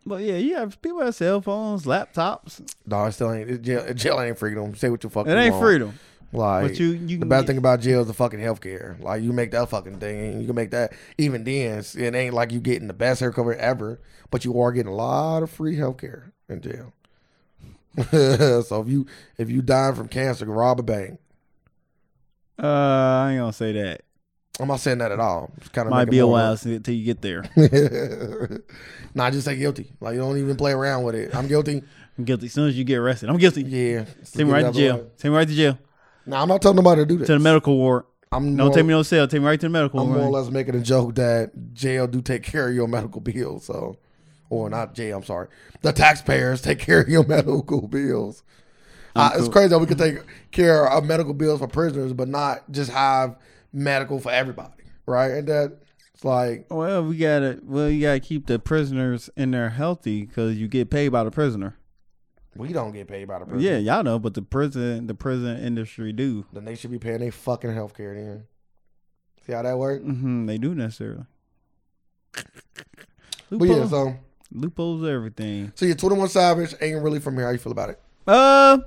But yeah, you have people have cell phones, laptops.
No, it still ain't. It, jail, jail ain't freedom. Say what you fucking.
It ain't
want.
freedom.
Like,
But you- you
the
can
bad
get-
thing about jail is the fucking healthcare. Like, you make that fucking thing, you can make that. Even then, it's- it ain't like you getting the best hair cover ever, but you are getting a lot of free healthcare in jail. <laughs> so if you if you dying from cancer, rob a bank.
Uh, I ain't gonna say that.
I'm not saying that at all. Just kind of
Might be a while until you get
<laughs>
there.
nah, just say guilty. Like you don't even play around with it. I'm guilty.
I'm guilty. As soon as you get arrested, I'm guilty.
Yeah.
Take me right to jail. Take me right to jail.
Nah, I'm not telling nobody to do this.
To the medical ward.
I'm
Don't
more-
take me no cell. Take me right to the medical
I'm more or
ward.
less making a joke that jail do take care of your medical bills, so or not jail. I'm sorry, the taxpayers take care of your <laughs> medical bills. Uh, It's crazy that we could take care of medical bills for prisoners, but not just have medical for everybody, right? And that it's like,
Well, we gotta. Well, you gotta keep the prisoners in there healthy because you get paid by the prisoner.
we don't get paid by the prison.
Yeah, y'all know, but the prison, the prison industry do.
then they should be paying their fucking health care. Then see how that works.
hmm they do
<laughs>
necessarily.
But yeah,
Loophole-
so
loopholes, everything.
so yeah, 21 Savage ain't really from here. How you feel about it?
Uh,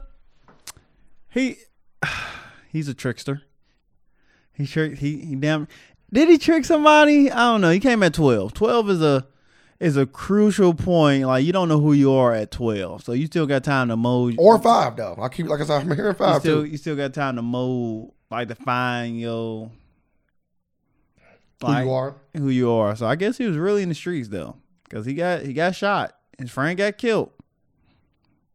he <sighs> he's a trickster. He trick he he damn did he trick somebody? I don't know. He came at twelve. Twelve is a is a crucial point. Like you don't know who you are at twelve, so you still got time to mold.
Or five though. I keep like I said, I'm hearing
you
five
still
too.
you still got time to mold, like to find your
Who you are?
who you are. So I guess he was really in the streets though, because he got he got shot. His friend got killed.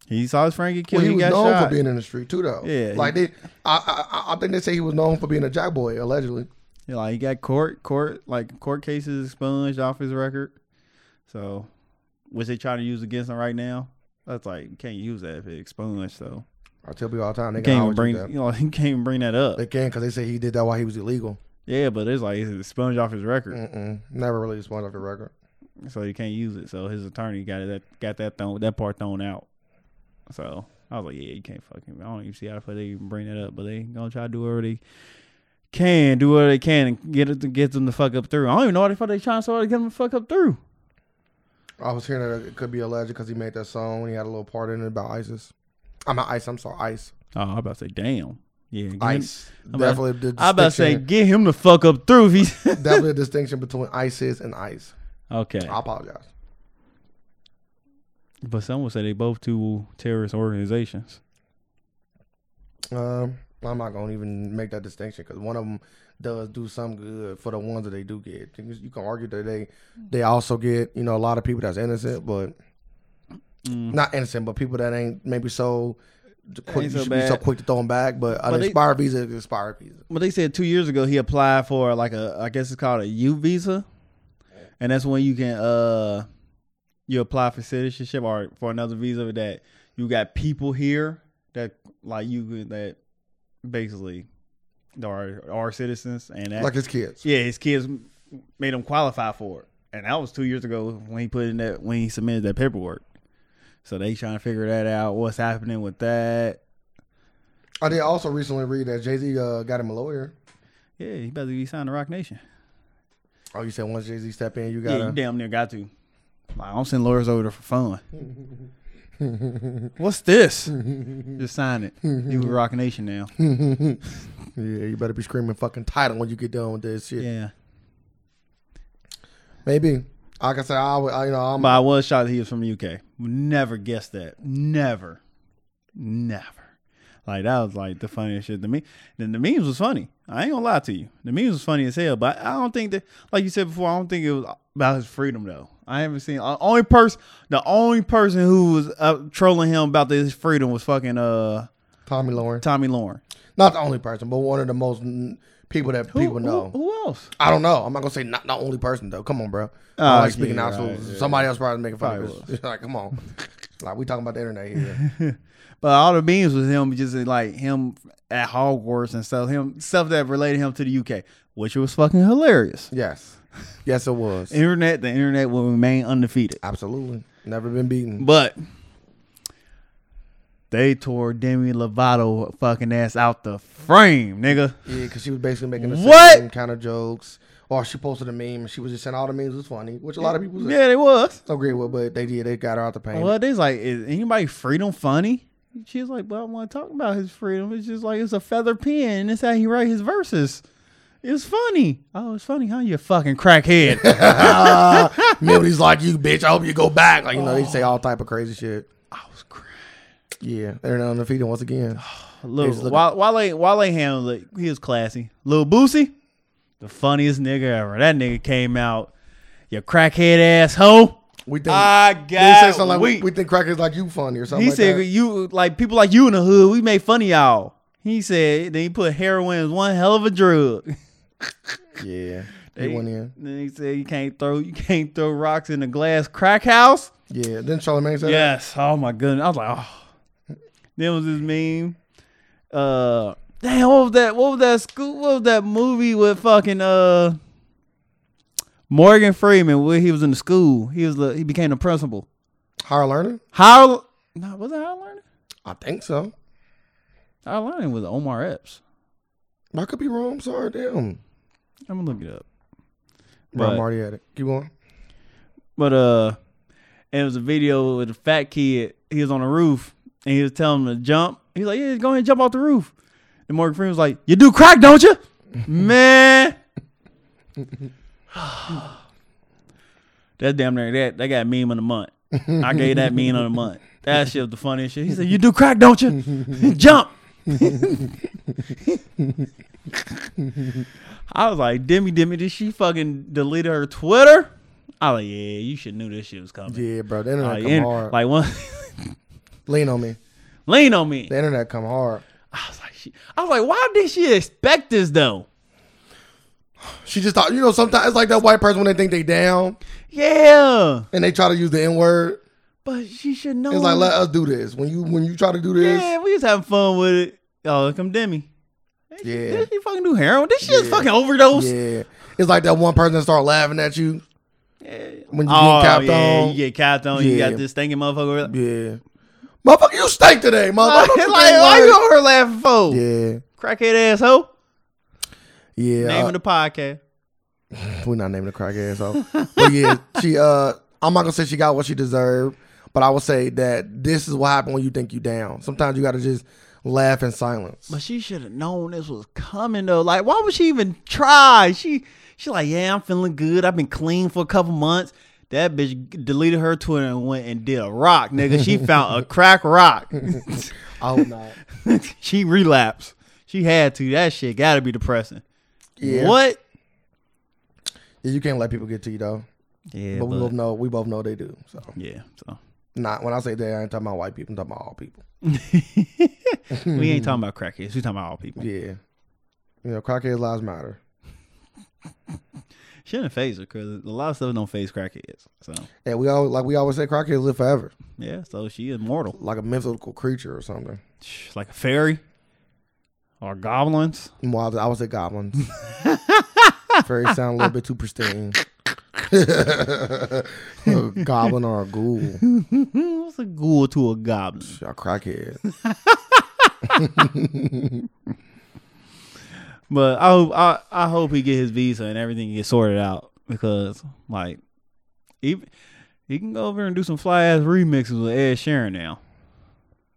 He saw his friend get killed.
Well, he,
he,
was
got
known
shot.
for being in the street too, though.
Yeah,
like they, I, I, I think they say he was known for being a jack boy allegedly.
Yeah, like he got court court like court cases expunged off his record. So, which they trying to use against him right now. That's like you can't use that if it expunged. So
I tell people all the time they
you can't
can
even
always
bring
bring
you
that.
know <laughs> he can't even bring that up.
They can because they say he did that while he was illegal.
Yeah, but it's like it's expunged off his record,
Mm-mm, never really responded off the record.
so you can't use it. So his attorney got it that got that thrown that part thrown out. So I was like, yeah, you can't fucking. I don't even see how the fuck they even bring that up, but they gonna try to do whatever they can, do whatever they can, and get it to get them to fuck up through. I don't even know why the fuck they trying so hard to get them to fuck up through.
I was hearing that it could be alleged because he made that song when he had a little part in it about ISIS. I'm not ICE. I'm sorry, ICE.
Oh, I'm about to say, damn. Yeah, get
ICE
I'm about-
definitely did.
Him, I'm about to say,
distinction.
get him the fuck up through. If he <laughs>
definitely a distinction between ISIS and ICE.
okay,
I apologize.
but some would say they both two terrorist organizations.
Um, I'm not gonna even make that distinction because one of them does do some good for the ones that they do get. You can- you can argue that they they also get you know a lot of people that's innocent, but not innocent, but people that ain't maybe so quick.
Mm. Ain't
you
so
should be so
bad.
quick to throw them back, but an
But they-
expired visa is an expired visa.
But they said two years ago he applied for like a, I guess it's called a U visa, and that's when you can uh, you apply for citizenship or for another visa that you got people here that like you that basically are are citizens and that
Like his kids.
Yeah, his kids made him qualify for it, and that was two years ago when he put in that when he submitted that paperwork. So they trying to figure that out. What's happening with that?
I did also recently read that Jay Z uh, got him a lawyer.
Yeah, he better be signed to Rock Nation.
Oh, you said once Jay Z step in, you
Yeah,
gotta.
you damn near got to. Like, I don't send lawyers over there for fun. What's this? Just sign it. You with Rock Nation now.
Yeah, you better be screaming fucking title when you get done with this shit.
Yeah.
Maybe. Like I said, I, would- I you know, I'm,
But I was shocked that he was from the UK. Never guessed that. Never. Never. Like that was like the funniest shit to me. Then the memes was funny. I ain't gonna lie to you. The memes was funny as hell, but I don't think that like you said before, I don't think it was about his freedom though. I haven't seen uh, only person the only person who was uh, trolling him about his freedom was fucking uh
Tommy Lauren.
Tommy Lauren.
Not the only person, but one of the most n- people that
Who,
people know.
who, who else?
I don't know. I'm not gonna say not the only person though. Come on, bro.
Ah,
I like speaking
yeah,
out, so
right, yeah.
somebody else probably making fun
Probably
of us. <laughs> like,
<laughs>
come on. Like we talking about the internet here.
But all the memes was him just like him at Hogwarts and stuff, him stuff that related him to the UK, which was fucking hilarious.
yes, yes, it was
Internet, the internet will remain undefeated.
absolutely never
<laughs>
been beaten.
But they tore Demi Lovato fucking ass out the frame, nigga.
Yeah, because she was basically making the
What?
same kind of jokes, or she posted a meme and she was just saying all the memes was funny, which a lot of people yeah.
Yeah, they was.
don't agree with, but they did. They got her out the pain.
Well, they was like, is anybody freedom funny? She was like, but I want to talk about his freedom. It's just like it's a feather pen, and it's how he write his verses. It's funny. Oh, it's funny, huh? You fucking crackhead.
<laughs> Mildy's like, you bitch. I hope you go back. Like you know, they say all type of crazy shit.
Oh. I was crying.
Yeah, they're not undefeated once
<sighs>
again. <sighs>
Lil,
He's looking-
Wale, Wale, Wale handled it. He was classy. Lil Boosie, the funniest nigga ever. That nigga came out, you crackhead ass hoe.
We think
I
they say
got
something like we,
weak.
we think crackers like you funny or something.
Ah, He
like
said,
that.
you like people like you in the hood, we make fun of y'all. He said, then he put heroin as one hell of a drug.
Yeah. They went in.
Then he said, you can't throw, you can't throw rocks in a glass crack house.
Yeah. Then Charlamagne said, that?
Yes. Oh my goodness. I was like, oh. Then was this meme. Uh, damn. What was that? What was that school? What was that movie with fucking uh Morgan Freeman? Where he was in the school. He was the, he became the principal.
Higher learning?
How? Nah, was it Howard Learning?
I think so.
Howard Learning was Omar Epps.
I could be wrong. I'm sorry. Damn.
I'm gonna look it up.
Bro,
But-
I'm already at it. Keep going.
But uh, and it was a video with a fat kid. He was on the roof and he was telling him to jump. He's like, "Yeah, go ahead and jump off the roof." And Morgan Freeman was like, "You do crack, don't you, <laughs> man?" <sighs> That's damn near that. That got meme of the month. I gave that meme of the month. That shit was the funniest shit. He said, "You do crack, don't you? <laughs> jump." I was like, "Demi, Demi, did she fucking delete her Twitter?" I was like, "Yeah, you should knew this shit was coming."
Yeah, bro. The internet
Like,
come
in-
hard.
like one, <laughs>
Lean on me.
lean on me.
The internet come hard.
I was like, she, I was like, why did she expect this though?
She just thought, you know, sometimes it's like that white person when they think they down
Yeah,
and they try to use the N word.
but she should know.
It's like, let us do this. When you when you try to do this,
yeah, we was having fun with it. Oh, here come Demi.
Yeah.
Did she fucking do heroin? Did she just
Yeah.
fucking overdose?
yeah. It's like that one person that start laughing at you when you
Oh,
get capped
yeah,
on.
you get capped on. You
Yeah.
got this stinking motherfucker. <laughs>
Yeah. Motherfucker, you stink today,
like,
motherfucker. <laughs> Don't you think
why
like-
you on her laughing for?
Yeah.
Crackhead asshole.
Yeah.
Name
uh,
of the podcast.
We're not naming the crack
<laughs>
ass off. But yeah, she uh I'm not gonna say she got what she deserved, but I will say that this is what happened when you think you down. Sometimes you gotta just laugh in silence.
But she should have known this was coming though. Like, why would she even try? She she like, yeah, I'm feeling good. I've been clean for a couple months. That bitch deleted her Twitter and went and did a rock, nigga. She found a crack
<laughs>
rock. <laughs>
I hope not.
she relapsed. She had to. That shit gotta be depressing.
Yeah.
What?
<laughs> Yeah, you can't let people get to you though.
Yeah.
But we both
But,
know we both know they do. So
yeah. So
not when I say they, I ain't talking about white people, I'm talking about all people.
we ain't talking about crackheads. We talking about all people.
Yeah. You know, crackheads lives matter.
Shouldn't phase her because a lot of stuff don't phase crackheads. So
And we all like we always say crackheads live forever.
yeah. So she is mortal,
Like a mythical creature or something.
like a fairy or goblins.
Well, I would say goblins. Fairies sound a little bit too pristine. a goblin or a ghoul,
What's a ghoul to a goblin?
a crackhead.
But I hope I, I hope he get his visa and everything gets sorted out because like even he can go over and do some fly ass remixes with Ed Sheeran now.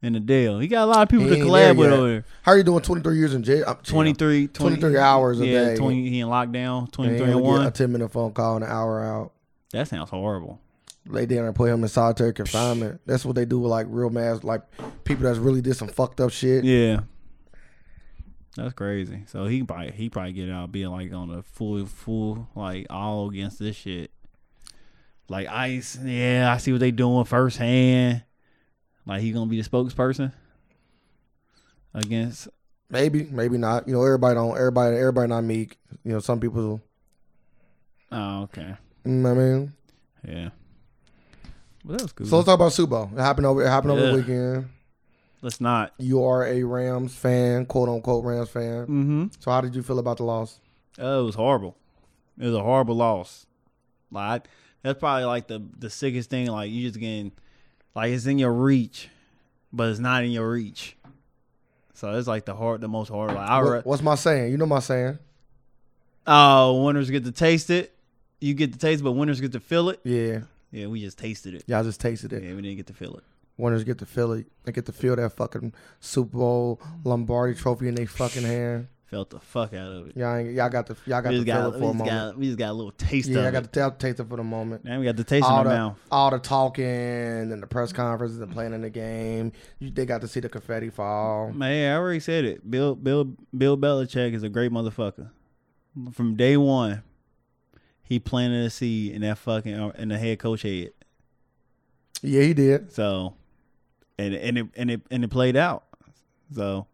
In the deal, he got a lot of people
He
to
ain't
collab
there
with
yet.
over there.
How are you doing? Twenty three years in jail. Uh,
23, 20
23 hours a
yeah,
day.
twenty. He in lockdown.
damn,
Twenty
you
three
only
and
get
one.
A ten minute phone call, and an hour out.
That sounds horrible.
Lay down and put him in solitary confinement. That's what they do with like real mass, like people that's really did some fucked up shit.
Yeah. That's crazy. So he probably he probably get out being like on a full full like all against this shit. Like ice, yeah, I see what they doing firsthand. Like he gonna be the spokesperson against
Maybe, maybe not. You know, everybody don't. Everybody, everybody not meek. You know, some people.
Oh, okay.
You know what I mean,
Yeah. Well that was cool.
so let's talk about Subo. It happened over. It happened over
Yeah.
the weekend.
Let's not
You are a Rams fan, quote unquote Rams fan.
Mm-hmm.
So how did you feel about the loss?
Oh, it was horrible. It was a horrible loss. Like that's probably like the the sickest thing. Like you just getting like it's in your reach, but it's not in your reach. So it's like the hard, the most hard. Like I,
What-
re-
what's my saying? You know my saying.
oh, winners get to taste it. You get to taste, but winners get to feel it.
Yeah,
Yeah, we just tasted it.
y'all just tasted it.
Yeah, we didn't get to feel it.
Winners get to feel it. They get to feel that fucking Super Bowl Lombardi trophy in their fucking hand.
Felt the fuck out of it.
Y'all, ain't, y'all got the y'all got
we
to
just
feel
got, we
it for a
just
moment.
got, we just got a little taste
Yeah,
of
I got
it.
to taste it for the moment.
Man, we got the taste in
all
our
the
mouth.
all the talking and the press conferences and playing in the game. You, they got to see the confetti fall.
Man, I already said it. Bill Bill Bill Belichick is a great motherfucker. From day one, he planted a seed in that fucking uh, in the head coach head.
Yeah, he did.
So, and and it and it and it played out. So,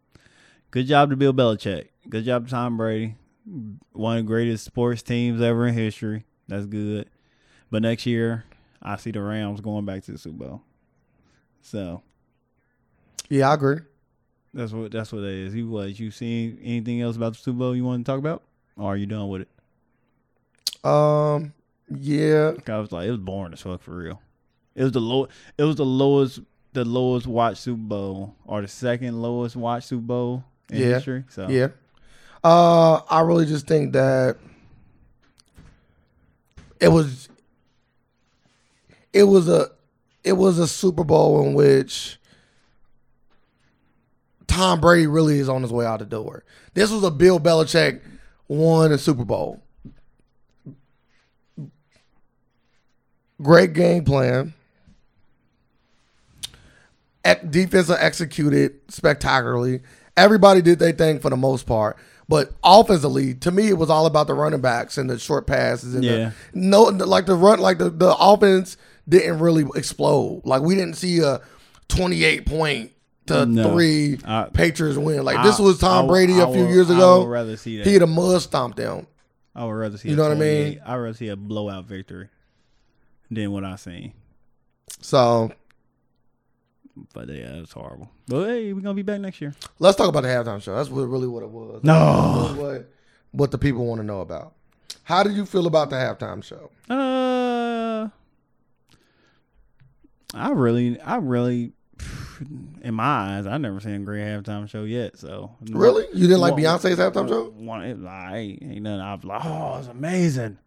good job to Bill Belichick. Good job to Tom Brady. One of the greatest sports teams ever in history. That's good. But next year, I see the Rams going back to the Super Bowl. So
Yeah, I agree.
That's what that's what it is. He was. You seen anything else about the Super Bowl you want to talk about? Or are you done with it?
Um, yeah,
'Cause I was like, it was boring as fuck for real. It was the low it was the lowest the lowest watched Super Bowl or the second lowest watched Super Bowl in
Yeah.
history. So
yeah. Uh, I really just think that it was it was a it was a Super Bowl in which Tom Brady really is on his way out the door. This was a Bill Belichick won a Super Bowl. Great game plan. Ec- Defense executed spectacularly. Everybody did their thing for the most part. But offensively, to me, it was all about the running backs and the short passes and
Yeah.
the, no like the run like the, the offense didn't really explode. Like we didn't see a twenty eight point to
No.
three
I-
Patriots win. Like this
Uh, I-
was Tom
I-
Brady a
I
few
would-
years
I
ago.
would rather see that.
He'd have mud stomped them.
I would rather see
You
a
know what I mean?
48 I'd rather see a blowout victory than what I seen.
So
But yeah, it was horrible. But hey, we're gonna be back next year.
let's talk about the halftime show. That's what, really what it was.
No.
That's what what the people want to know about. How did you feel about the halftime show?
Uh, I really, I really, in my eyes, I never seen a great halftime show yet. So
Really, you didn't like
Well,
Beyonce's halftime show?
One, it, I ain't, ain't nothing. I was like, oh, it's amazing.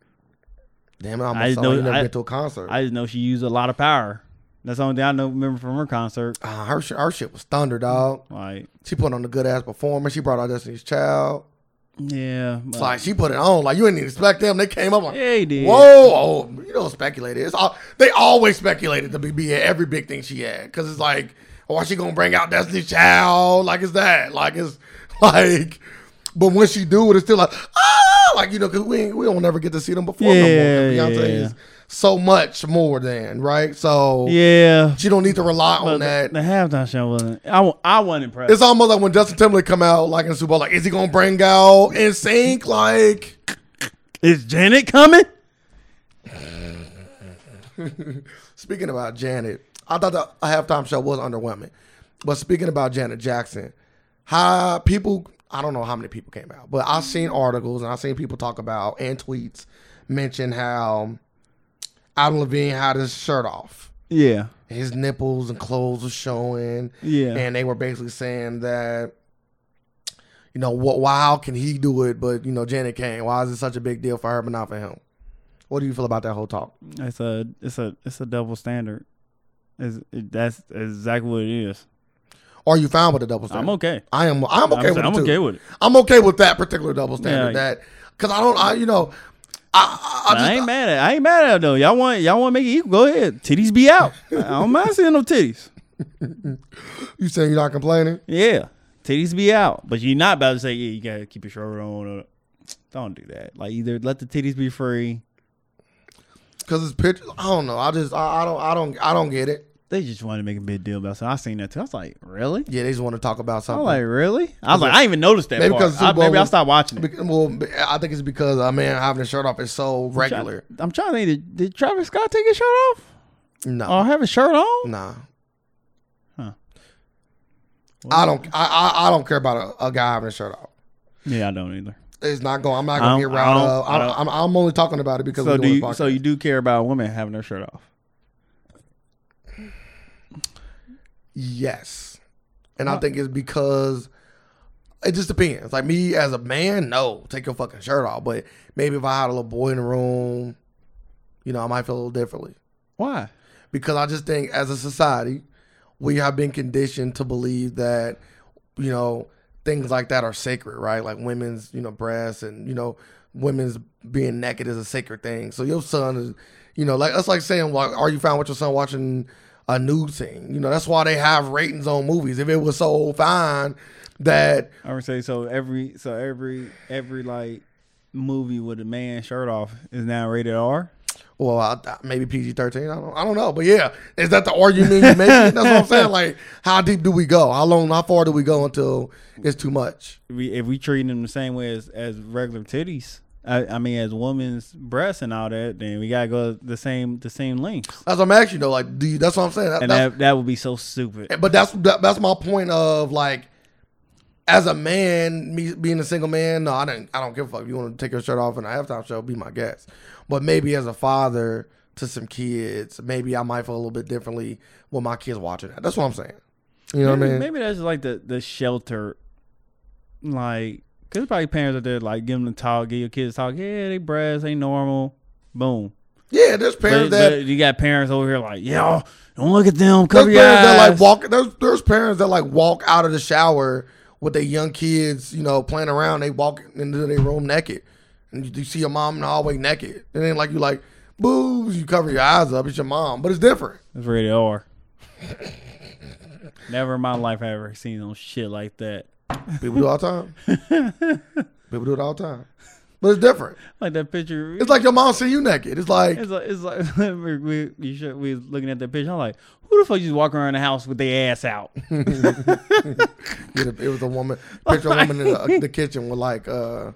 Damn, it, I
I
almost saw
know-
you never
I-
been to a concert.
I just know she used a lot of power. That's the only thing I know. Remember from her concert,
Ah, her sh- her shit was thunder, dog.
like
She put on a good ass performance. She brought out Destiny's Child.
yeah,
It's
but,
like she put it on. Like you didn't even expect them. They came up like,
yeah, he did.
Whoa! Oh, you don't speculate. it. It's all they always speculated to be, be at every big thing she had because it's like, oh, why she gonna bring out Destiny Child? Like it's that. Like it's <laughs> like, but when she do it, it's still like ah, like you know, because we ain't- we don't never get to see them before. no more, 'cause
Yeah,
Beyonce
yeah.
is so much more than right. So
Yeah,
she don't need to rely
but
on
the,
that.
the halftime show wasn't. I, wa- I wasn't impressed.
It's almost like when Justin Timberlake come out like in the Super Bowl, like is he gonna bring out in sync? Like
Is Janet coming?
Speaking about Janet, I thought the halftime show was underwhelming. But speaking about Janet Jackson, how people, I don't know how many people came out, but I've seen articles and I've seen people talk about and tweets mention how Adam Levine had his shirt off.
Yeah,
His nipples and clothes were showing.
yeah.
And they were basically saying that, you know, what? Why how can he do it, but you know, Janet can't? Why is it such a big deal for her but not for him? What do you feel about that whole talk?
It's a it's a it's a double standard. Is it, that's exactly what it is.
Are you fine with the double standard?
I'm okay.
I am. I'm okay
I'm,
with.
I'm
it too.
okay with it.
I'm okay with that particular double standard.
Yeah.
That because I don't. I you know. I, I, I
I,
just,
ain't mad at. I ain't mad at it, though. Y'all want y'all want to make it equal? Go ahead. Titties be
<laughs>
out. I don't mind seeing no titties.
you saying you're not complaining?
Yeah, titties be out. But you're not about to say, yeah, you gotta keep your shirt on. Or, don't do that. Like either let the titties be free.
Because it's pictures. I don't know. I just I, I don't I don't I don't get it.
They just wanted to make a big deal about something. I seen that too. I was like, really?
Yeah, they just want to talk about
I
something.
was like, really? I was like, I didn't even notice that.
Maybe
Maybe
because
part.
Super
I,
Bowl
maybe I
was-
stopped watching it.
Bec- well, I think it's because a man having a shirt off is so regular.
I'm trying to think. Did, did Travis Scott take his shirt off
No,
or Oh, have his shirt on?
nah.
Huh.
I don't. I, I I don't care about a, a guy having a shirt off.
Yeah, I don't either.
It's not going. I'm not
I
going to
don't-
get riled
I don't-
up.
I don't-
I'm, I'm, I'm only talking about it because
So
we're
do
doing
you,
podcast.
so you do care about women having their shirt off?
Yes, and I think it's because it just depends. Like me as a man, no, take your fucking shirt off. But maybe if I had a little boy in the room, you know, I might feel a little differently.
Why?
because I just think as a society, we have been conditioned to believe that, you know, things like that are sacred, right? Like women's, you know, breasts and, you know, women's being naked is a sacred thing. So your son is, you know, like that's like saying, like, are you found with your son watching a nude scene? You know, that's why they have ratings on movies. If it was so fine that
I would say so. Every so every every like movie with a man shirt off is now rated R.
Well, I, I- maybe PG thirteen. I don't. I don't know. But yeah, is that the argument you making? That's
<laughs>
what I'm saying. Like, how deep do we go? How long? How far do we go until it's too much?
We, if we treating them the same way as as regular titties, I, I mean as women's breasts and all that, then we gotta go the same the same lengths.
That's what I'm asking you though. Like, do you, that's what I'm saying. That-
And
that's,
that that would be so stupid.
but that's that, that's my point of like, as a man, me being a single man. No, I don't. I don't give a fuck. If you want to take your shirt off in a halftime show, be my guest. But maybe as a father to some kids, maybe I might feel a little bit differently when my kids watching that. That's what I'm saying. You know
maybe,
what I mean?
maybe that's just like the the shelter, like because probably parents out there like give them the talk, give your kids talk. Yeah, they breasts ain't normal. Boom.
Yeah, there's parents
But,
that.
but you got parents over here like, yo, don't look at them.
There's
Cover your
parents that
eyes.
like walk. There's there's parents that like walk out of the shower with their young kids, you know, playing around. They walk into their room naked, and you, you see your mom in the hallway naked. And then like you like, boobs. You cover your eyes up. It's your mom, but it's different.
It's rated R. <laughs> Never in my life have I ever seen no shit like that.
People do it all the time.
<laughs>
People do it all the time, but it's different.
Like that picture.
It's like your mom see you naked. It's like
it's like, it's like <laughs> we, we, you should, we was looking at that picture. I'm like, who the fuck just walking around the house with their ass
<laughs>
out?
it was
<laughs>
a woman.
Oh
Picture a woman in the, the kitchen with like. uh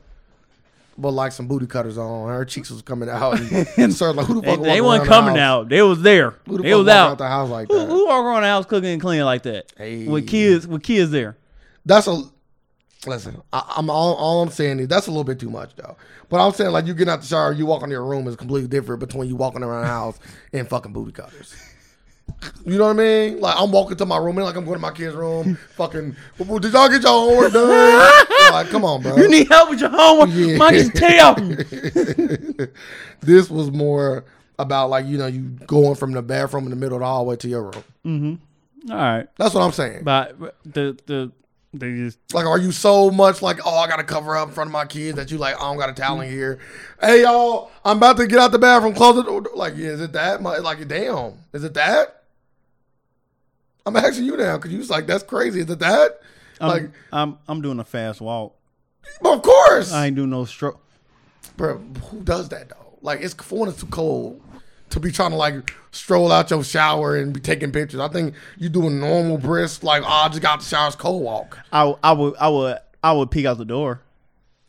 with like some booty cutters on, her cheeks was
<laughs>
coming out. And so like, who the
They,
fuck?
they
walking around
weren't
the
coming
house?
out. They was there.
Who the
They
fuck
was
walk
out.
the house like
Who, <laughs>
that?
who walk around the house cooking and cleaning like that?
Hey.
With kids, with kids there.
That's a listen. I, I'm all, all I'm saying is that's a little bit too much though. But I'm saying like you getting out the shower, you walk into your room is completely different between you walking around the house and fucking booty cutters. You know what I mean? Like I'm walking to my room and like I'm going to my kid's room. <laughs> Fucking, well, did y'all get y'all homework done? like, come on, bro.
You need help with your homework?
Yeah.
Mike is terrible.
this was more about like you know you going from the bathroom in the middle of the hallway to your room.
<laughs> All right,
That's what I'm saying.
but the the they just
Like, are you so much like, oh, I gotta cover up in front of my kids that you like, I don't got a towel in here. Hey, y'all, I'm about to get out the bathroom, close the door. Like, yeah, is it that? much? Like, damn, is it that? I'm asking you now because you was like, that's crazy. Is it that?
I'm,
like,
I'm I'm doing a fast walk.
of course,
I ain't doing no stroke.
bro. Who does that though? Like, it's when it's too cold to be trying to like stroll out your shower and be taking pictures. I think you do a normal brisk, like, oh, I just got out the shower, it's cold walk. <laughs>
I I would I would I would peek out the door.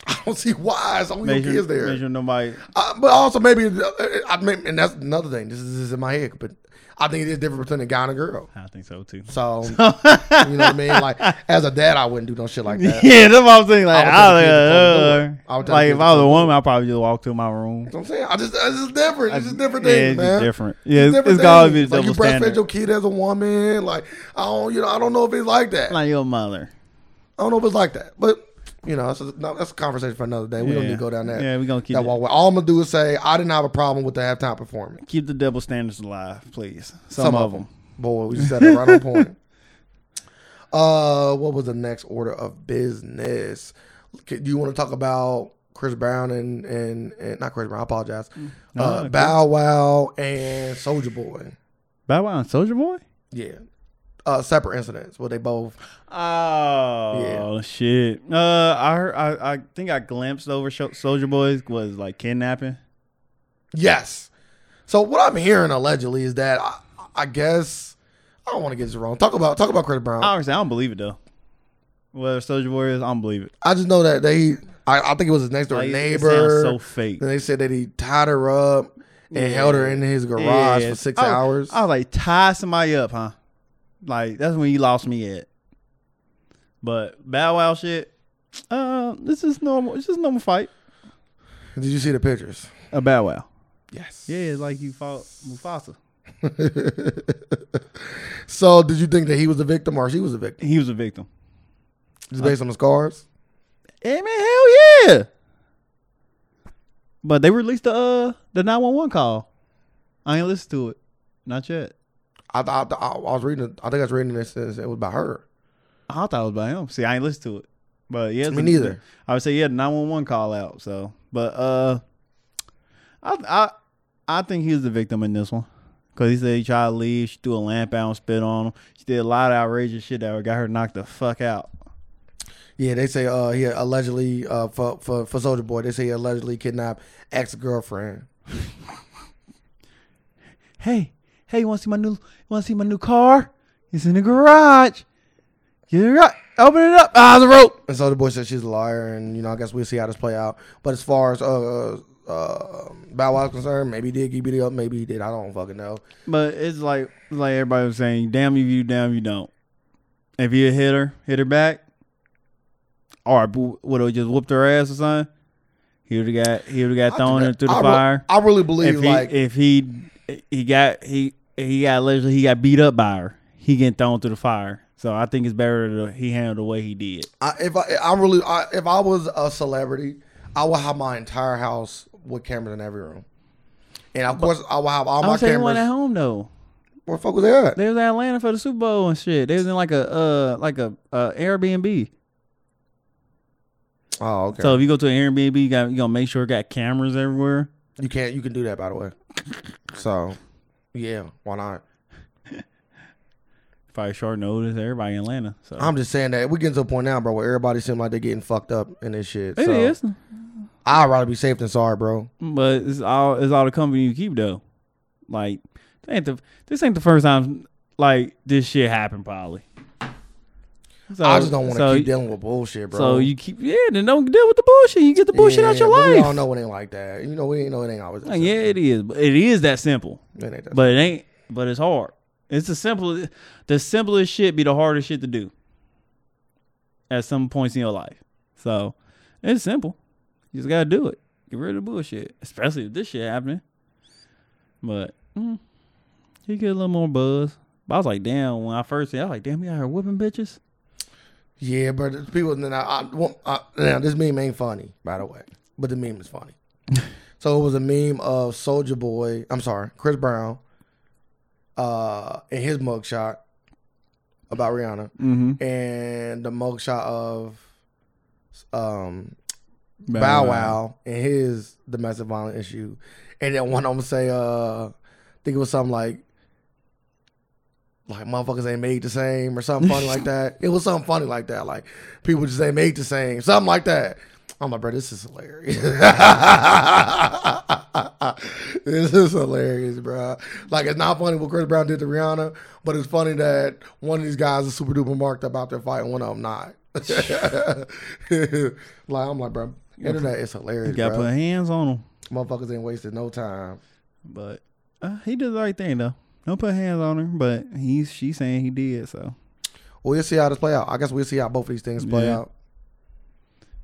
I don't see why. It's only your kids there.
make sure nobody.
Uh, but also maybe, uh, I mean, and that's another thing. This is, this is in my head, but I think it is different between a guy and a girl.
I think so too.
So you know what I mean. Like as a dad, I wouldn't do no shit
<laughs>
like that.
<laughs> Yeah, that's what I'm saying. Like,
I
I
would tell the kid to close the
uh,
door. I would tell the
like
kid
if
to
I was a
close the
woman, I would probably just walk to my room.
You know what I'm saying, I just it's just different. It's just different
Yeah,
things,
it's just
man.
different. Yeah, it's-
different
it's gotta be
things.
a
like you
double standard.
breastfed your kid as a woman. Like I don't, you know, I don't know if it's like that.
Like your mother.
I don't know if it's like that, but. You know, that's a, no, that's a conversation for another day. We don't
Yeah.
need to go down there.
Yeah, we gonna keep
that
it.
walkway. All I'm gonna do is say I didn't have a problem with the halftime performance.
Keep the double standards alive, please. Some, of them.
Boy, we said it
<laughs>
right on point. Uh, what was the next order of business? Okay, Do you want to talk about Chris Brown and and, and not Chris Brown. I apologize.
Mm. No,
uh,
okay.
Bow Wow and Soldier Boy.
Bow Wow and Soldier Boy.
Yeah, uh, separate incidents. Well, they both.
Oh shit! Uh, I heard, I I think I glimpsed over Soldier Boy's was like kidnapping.
Yes. So what I'm hearing allegedly is that I, I guess I don't want to get this wrong. Talk about talk about Chris Brown.
Obviously, I don't believe it though. Whether Soldier Boy is, I don't believe it.
I just know that they. I, I think it was his next door
Like, it- it sounds
neighbor.
so fake.
Then they said that he tied her up and held her in his garage
Yeah. Oh,
for six
I-
hours.
I was like, tie somebody up, huh? Like that's when you lost me at. But Bow Wow shit, uh, this is normal. It's just a normal fight.
Did you see the pictures?
A Bow Wow.
Yes.
Yeah, it's like you fought Mufasa.
<laughs> So did you think that he was the victim or she was the victim?
He was a victim.
Just based on the scars?
Hey man, hell yeah! But they released the uh the nine one one call. I ain't listened to it, not yet.
I, I, I, I was reading. it- I think I was reading this. and It was about her.
I thought it was by him. See, I ain't listened to it, but yeah, it's
Me
a-
neither.
I would say yeah, nine one one call out. So, but uh, I I I think he was the victim in this one because he said he tried to leave. She threw a lamp out and spit on him. She did a lot of outrageous shit that got her knocked the fuck out.
Yeah, they say uh, he allegedly uh, for for for Soldier Boy. They say he allegedly kidnapped ex girlfriend.
hey, hey, you want to see my new, you want to see my new car? It's in the garage. Get it up, open it up. Ah, the rope.
And Soldier Boy said she's a liar, and you know I guess we'll see how this play out. But as far as uh, uh Bow Wow's concerned, maybe he did give beat up, maybe he did. I don't fucking know.
But it's like, it's like everybody was saying, damn if you, damn if you don't. If you hit her, hit her back, or would have just whooped her ass or something. He would have got, he would have got thrown in through the
I re-
fire.
I really believe
if he,
like
if he, he got, he, he got allegedly he got beat up by her. He getting thrown through the fire. So I think it's better that he handled the way he did.
I, if I, I really, I, if I was a celebrity, I would have my entire house with cameras in every room, and of course I would have all
I
my
was saying one at
cameras.
home though.
Where the fuck was they at?
They was in Atlanta for the Super Bowl and shit. They was in like a uh like a uh, Airbnb.
Oh, okay.
So if you go to an Airbnb, you got you gonna make sure it got cameras everywhere.
you can't. You can do that, by the way. So, yeah, why not?
Probably short notice, everybody in Atlanta. So
I'm just saying that we getting to a point now, bro, where everybody seem like they're getting fucked up in this shit.
it
so
is,
I'd rather be safe than sorry, bro.
but it's all it's all the company you keep though. Like this ain't the this ain't the first time like this shit happened probably. So,
I just don't want to
so-
keep dealing with bullshit, bro.
So you keep yeah, then don't deal with the bullshit. You get the bullshit out your
but We
life.
all know it ain't like that. You know, we ain't know it ain't always. that
Like, yeah, it is. But it is that simple.
simple. It ain't that
But it ain't. But it's hard. It's the simplest. The simplest shit be the hardest shit to do. At some points in your life, so it's simple. You just gotta do it. Get rid of the bullshit, especially if this shit happening. But mm, you get a little more buzz. But I was like, damn. When I first said, I was like, damn, we out here whipping bitches.
Yeah, but the people now, I, well, I, now this meme ain't funny, by the way, but the meme is funny. <laughs> so it was a meme of Soldier Boy. I'm sorry, Chris Brown, uh, in his mugshot about Rihanna,
Mm-hmm.
and the mugshot of um Bow Wow and his domestic violence issue, and then one of them say, uh, I think it was something like, like motherfuckers ain't made the same or something funny like that. It was something funny like that, like people just ain't made the same, something like that. I'm like, bro, this is hilarious. <laughs> this is hilarious, bro. Like, it's not funny what Chris Brown did to Rihanna, but it's funny that one of these guys is super duper marked about their fight and one of them not. <laughs> like, I'm like, bro, internet is hilarious,
Got to put
bro.
hands on them.
Motherfuckers ain't wasted no time.
But uh, he did the right thing though. Don't put hands on her. But he's she's saying he did. So
We'll see how this play out. I guess we'll see how both of these things play
Yeah.
out.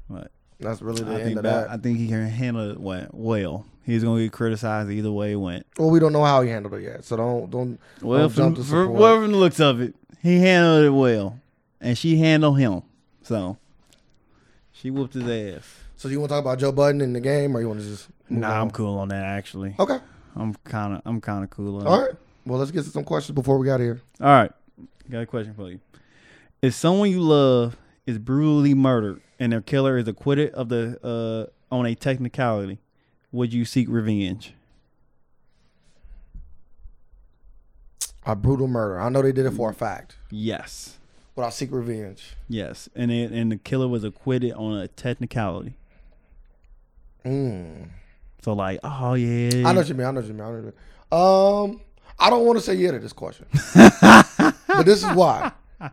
but
That's really the
I
end
think
of
that,
that.
I think he can handle it went well. He's gonna get criticized either way it went.
Well, we don't know how he handled it yet, so don't don't.
Well,
don't jump
from,
to
from,
support.
well, from the looks of it, he handled it well, and she handled him. So she whooped his ass.
So you want to talk about Joe Budden in the game, or you want to just? move
Nah,
on?
I'm cool on that actually.
Okay.
I'm kind of I'm kind of cool on.
All
it.
right. Well, let's get to some questions before we got here.
All right, got a question for you. If someone you love is brutally murdered and their killer is acquitted of the uh, on a technicality, would you seek revenge?
A brutal murder. I know they did it for a fact,
Yes.
but I seek revenge.
Yes. And it, and the killer was acquitted on a technicality.
Mm.
So like, oh yeah.
I know what you mean. I know what you mean. I know what you mean. Um, I don't want to say yeah to this question, but this is why.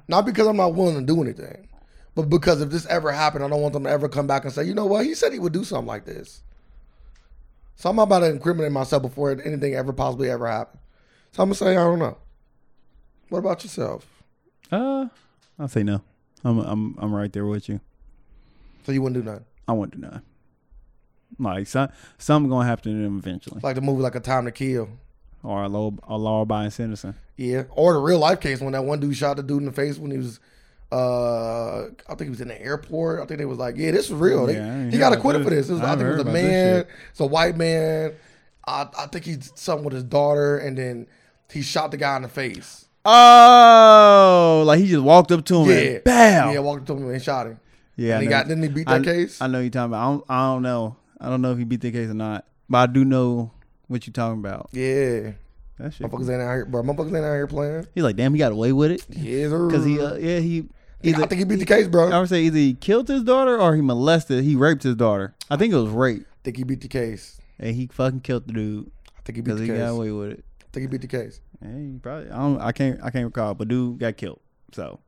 Not because I'm not willing to do anything, but because if this ever happened, I don't want them to ever come back and say, you know what, he said he would do something like this. So I'm about to incriminate myself before anything ever possibly ever happened. So I'm gonna say I don't know. What about yourself?
Uh, I'll say no. I'm I'm I'm right there with you.
So you wouldn't do nothing.
I won't do nothing. Like some some gonna happen to them eventually,
It's like the movie, like a Time to Kill.
or a law a law abiding citizen.
Yeah, or the real life case when that one dude shot the dude in the face when he was, uh, I think he was in the airport. I think they was like, yeah, this is real. They,
Yeah, I ain't
he
hear
got
about
acquitted
this.
for this. It was- I,
I've
think it was
heard
a
about this
man.
shit.
It's a white man. I I think he's something with his daughter, and then he shot the guy in the face.
Oh, like he just walked up to him
Yeah,
and bam.
Yeah, walked up to him and shot him.
Yeah, I
and he
know.
got. Didn't he beat that
I,
case?
I know you're talking about. I don't, I don't know. I don't know if he beat the case or not, but I do know what you're talking about.
yeah,
That shit.
motherfuckers ain't out here, bro. Motherfuckers ain't out here playing.
He's like, damn, he got away with it
Yeah, sir.
because he, uh, yeah, he. Either,
I think he beat the case, bro.
I would say either he killed his daughter or he molested. He raped his daughter. I think it was rape,
I think he beat the case.
and he fucking killed the dude
I think he beat
because
the
he
case.
got
I
away with it.
think he beat the case.
And he probably. I don't. I can't. I can't recall. But dude got killed. So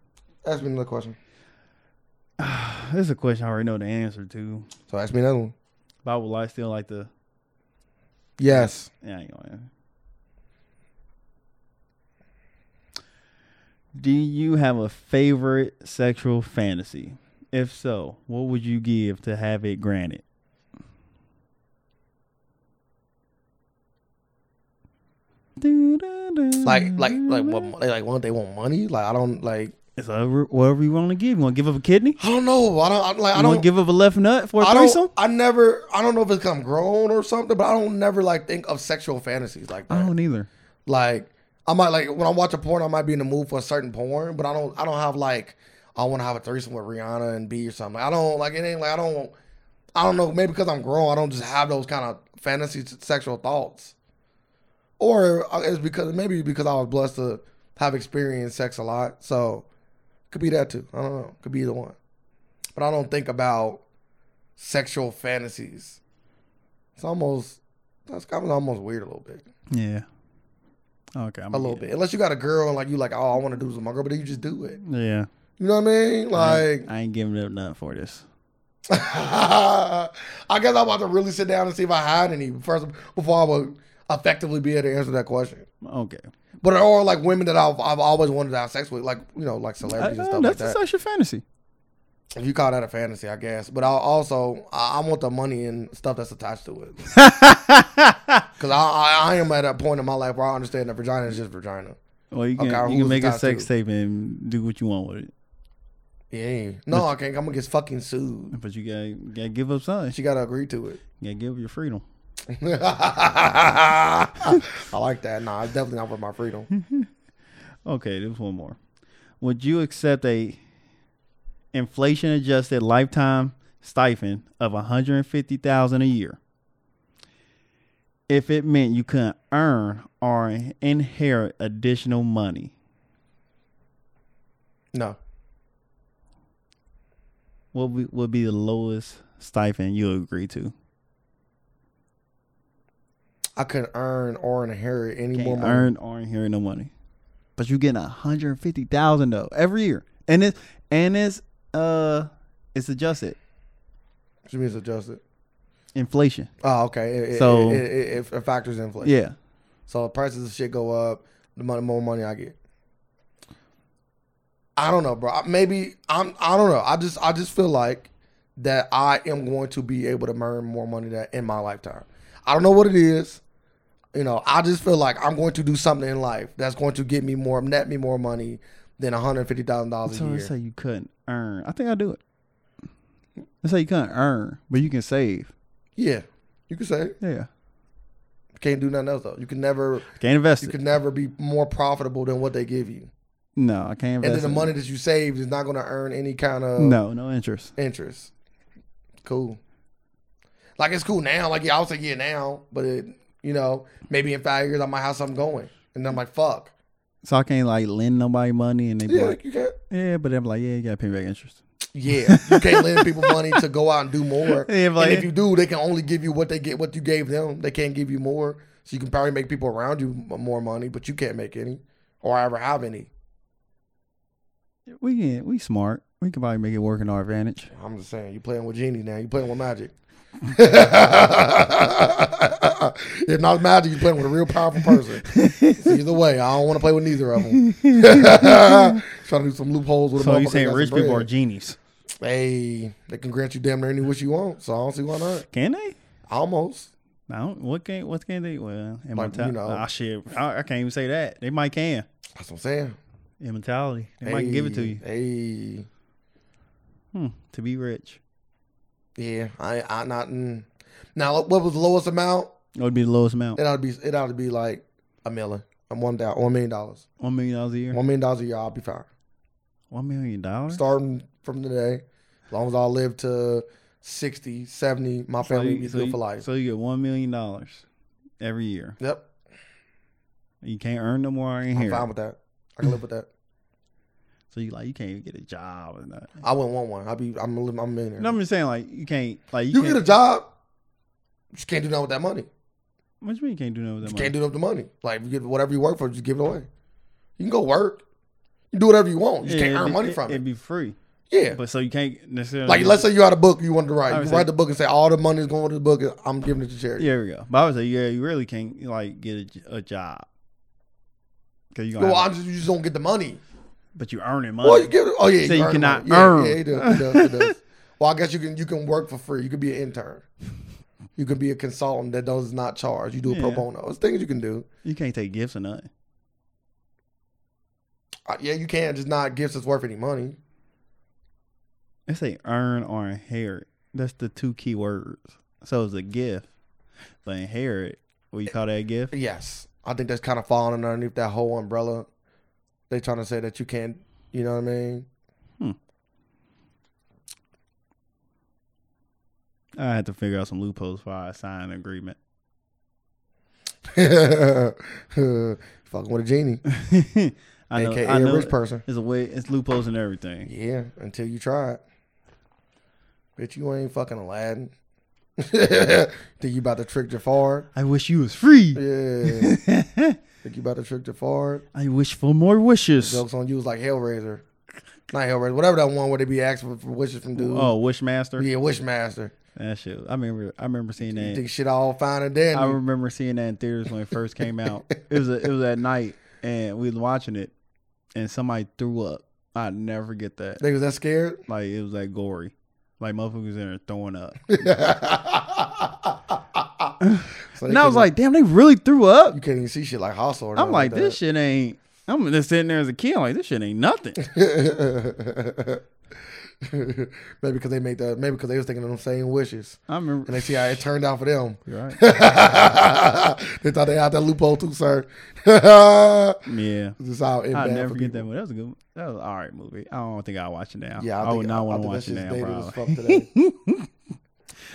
Ask me another question.
this is a question I already know the answer to.
So ask me another one.
But I would like still like to.
Yes.
Yeah, I ain't gonna answer. Do you have a favorite sexual fantasy? If so, what would you give to have it granted?
Like like like what they like want they want money? Like I don't like
It's over- whatever you want to give. You want to give up a kidney?
I don't know. I don't I, like I
You want
don't
to give up a left nut for a
I
threesome?
don't I never I don't know if it's come grown or something, but I don't never like think of sexual fantasies like
I
that.
don't either.
Like I might like when I'm watching porn, I might be in the mood for a certain porn, but I don't I don't have like I want to have a threesome with Rihanna and B or something. Like, I don't like it ain't like I don't I don't know maybe because I'm grown I don't just have those kind of fantasy s- sexual thoughts, or uh, it's because maybe because I was blessed to have experienced sex a lot, so could be that too. I don't know, could be either one, but I don't think about sexual fantasies. It's almost that's kind of almost weird a little bit
Yeah. Okay. I'm
a little bit. Unless you got a girl and like you like, oh, I want to do this with my girl, but then you just do it.
Yeah.
You know what I mean?
I
Like, <laughs>
ain't- I ain't giving up nothing for this.
I guess I'm about to really sit down and see if I had any first before I would effectively be able to answer that question.
Okay.
But there are like women that I've, I've always wanted to have sex with, like you know, like
Uh,
celebrities and
uh,
stuff like
that's
that.
a sexual
<laughs>
fantasy.
if you call that a fantasy, I guess. But I also I, I want the money and stuff that's attached to it because I, I I am at a point in my life where I understand that vagina is just vagina.
Well, you can
Okay,
you
who's
can make a
tied
sex
to?
tape and do what you want with it,
Yeah. No, I can't. I'm gonna get fucking sued.
but you gotta, gotta give up something.
She gotta agree to it.
You gotta give up your freedom.
<laughs> I like that. Nah, it's definitely not for my freedom.
Okay, there's one more. Would you accept a inflation adjusted lifetime stipend of one hundred and fifty thousand a year if it meant you couldn't earn or inherit additional money?
No.
What would would be the lowest stipend you agree to?
I couldn't earn or inherit any more
can't
money.
earn or inherit no money. But you getting a hundred and fifty thousand though every year, and it's and it's uh it's adjusted
Which means adjusted.
inflation.
Oh, okay. It, it-
So-
it, it, it, it factors in place.
Yeah,
So the prices of shit go up, the mon- more money I get. I don't know, bro. I- Maybe I'm. I don't know. I just. I just feel like that I am going to be able to earn more money that in my lifetime. I don't know what it is. You know, I just feel like I'm going to do something in life that's going to get me more, net me more money than one hundred fifty thousand dollars a
so
year.
let's say you couldn't earn. I think I do it. Let's say you couldn't earn, but you can save.
yeah, you can say it.
Yeah,
can't do nothing else though. You can never,
can't invest
you
it.
can never be more profitable than what they give you.
No, I can't invest.
And then the
it.
money that you saved is not going to earn any kind of
No, no interest.
interest. Cool. Like it's cool now. Like yeah, I would say yeah now, but it, you know, maybe in five years I might have something going, and I'm like fuck.
So I can't like lend nobody money and they be
Yeah,
like,
you can't.
yeah, but I'm like, yeah, you gotta pay back interest.
Yeah, you can't lend people money to go out and do more.
<laughs> Yeah, but-
and if you do, they can only give you what they get, what you gave them. They can't give you more. So you can probably make people around you m- more money, but you can't make any, or ever have any.
We can, we smart. We can probably make it work in our advantage.
I'm just saying, you playing with genie now. You playing
<laughs>
with magic. if not magic, you're playing with a real powerful
<laughs>
person. So either way, I don't want to play with neither of them. Trying to do some loopholes with. a
So you
motherfucker
saying
got
rich
some
people are
bread.
genies?
Hey, they can grant you damn near any wish you want. So I don't see why not.
Can they?
Almost.
I don't. What can? What can they? Well, immortality.
you know.
Ah, shit. I, I can't even say that. They might can.
That's what I'm saying.
Immortality. They might give it to you.
Hey,
Hmm. To be rich.
yeah, I, I not. Mm. Now, what was the lowest amount?
That would be the lowest amount.
It ought to be. It ought to be like a million, and one down, one million dollars,
One million dollars a year.
one million dollars a year. I'll be fine.
One million dollars.
Starting from today, as long as I live to 60, 70, my
So
family
you-
be
so
good
you-
for life.
So you get one million dollars every year.
yep,
You can't earn no more in
I'm
here.
fine with that. I can live with that.
So you like you can't even get a job or nothing.
I wouldn't want one. I'd be. I'm. a li- I'm a millionaire.
No, I'm just saying like you can't like you,
you
can't,
get a job, you just can't do nothing with that money.
what you mean you can't do nothing with
You
that money?
can't do it with the money. Like you get whatever you work for, just give it away. You can go work. You do whatever you want. You just
Yeah,
can't
it'd
earn
be-
money from
It'd
it.
be free,
Yeah.
but so you can't necessarily
Like let's say you had a book you wanted to
I
write.
would
You
say-
write the book and say all the money is going to the book. and I'm giving it to charity.
Yeah, there we go. But I would say yeah, you really can't like get a, j- a job because you gonna
Well,
have-
I'm just, you just don't get the money.
but you earning money.
Well, you give it. Oh yeah,
So you
earn the
cannot
money. yeah,
earn.
Yeah, it does. It does,
<laughs>
it does. well, I guess you can you can work for free. You can be an intern. You can be a consultant that does not charge. You do a pro
Yeah.
bono. There's things you can do.
You can't take gifts or nothing.
Uh, yeah, you can just not gifts that's worth any money.
They say earn or inherit. That's the two key words. So it's a gift, but inherit. What you call that a gift?
Yes, I think that's kind of falling underneath that whole umbrella. They trying to say that you can't. You know what I mean?
I had to figure out some loopholes for our sign agreement. <laughs>
<laughs> Fucking with a genie,
I know.
aka
I
a
know.
rich person.
It's a way. It's loopholes and everything.
Yeah, until you try it. Bitch, you ain't fucking Aladdin. <laughs> Think you about to trick Jafar?
I wish you was free. <laughs>
Yeah. Think you about to trick Jafar?
I wish for more wishes.
Jokes on you was like Hellraiser. Not Hellraiser, whatever that one where they be asking for, for wishes from dudes.
Oh, Wishmaster.
Yeah, Wishmaster.
That shit. I remember. I remember seeing
You
that.
think shit all fine and dandy.
I remember seeing that in theaters when it first came out. It was. A, it was at night, and we was watching it, and somebody threw up. I never forget that.
They was that scared? <laughs>
Like it was that gory. Like motherfuckers in there throwing up.
So they
And I was
couldn't-
like, damn, they really threw up.
you can't even see shit like Hustle. or
I'm
nothing
like,
that.
this shit ain't. I'm just sitting there as a kid, like this shit ain't nothing.
maybe because they made the <laughs> maybe because they was thinking of them same wishes
I remember.
and they see how it turned out for them.
<laughs> You're right.
<laughs> they thought they had that loophole too, sir. <laughs> this
Yeah.
is how it
I
bad
never
for
get
people.
that one. That was a good. One. That was an all right movie. I don't think I'll watch it now.
Yeah, I,
Oh, I,
think,
would not want
I
to
think
watch
that's
it
just
now.
dated as fuck
Probably. <laughs>
today.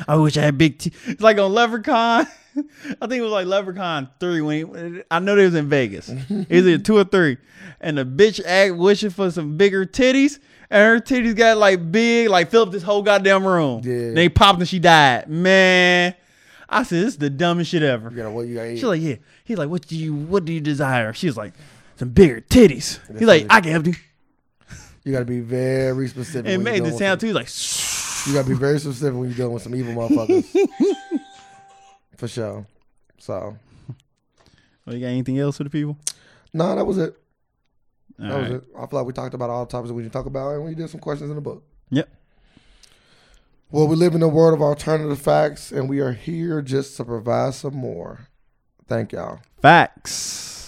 I wish I had big teeth. It's like on Leprechaun. <laughs> I think it was like Leprechaun three. When he, I know they was in Vegas, either two or three, and the bitch act wishing for some bigger titties, and her titties got like big, like filled up this whole goddamn room.
Yeah.
they popped and she died. Man, I said this is the dumbest shit ever.
you gotta what you gotta eat.
She's like, yeah. He's like, what do you what do you desire? She's like, some bigger titties. He's like,
what
I can help you.
you gotta be very
And
specific. when you're
made
dealing
this
with
sound
some-
too. He's like,
You gotta be very specific when you're dealing with some
<laughs>
evil motherfuckers. for sure. So
well, Oh, you got anything else for the people?
no, that was it.
All
That was
right.
it. I feel like we talked about all the topics that we should talk about, and we did some questions in the book.
Yep.
Well, we live in a world of alternative facts, and we are here just to provide some more. Thank y'all.
Facts.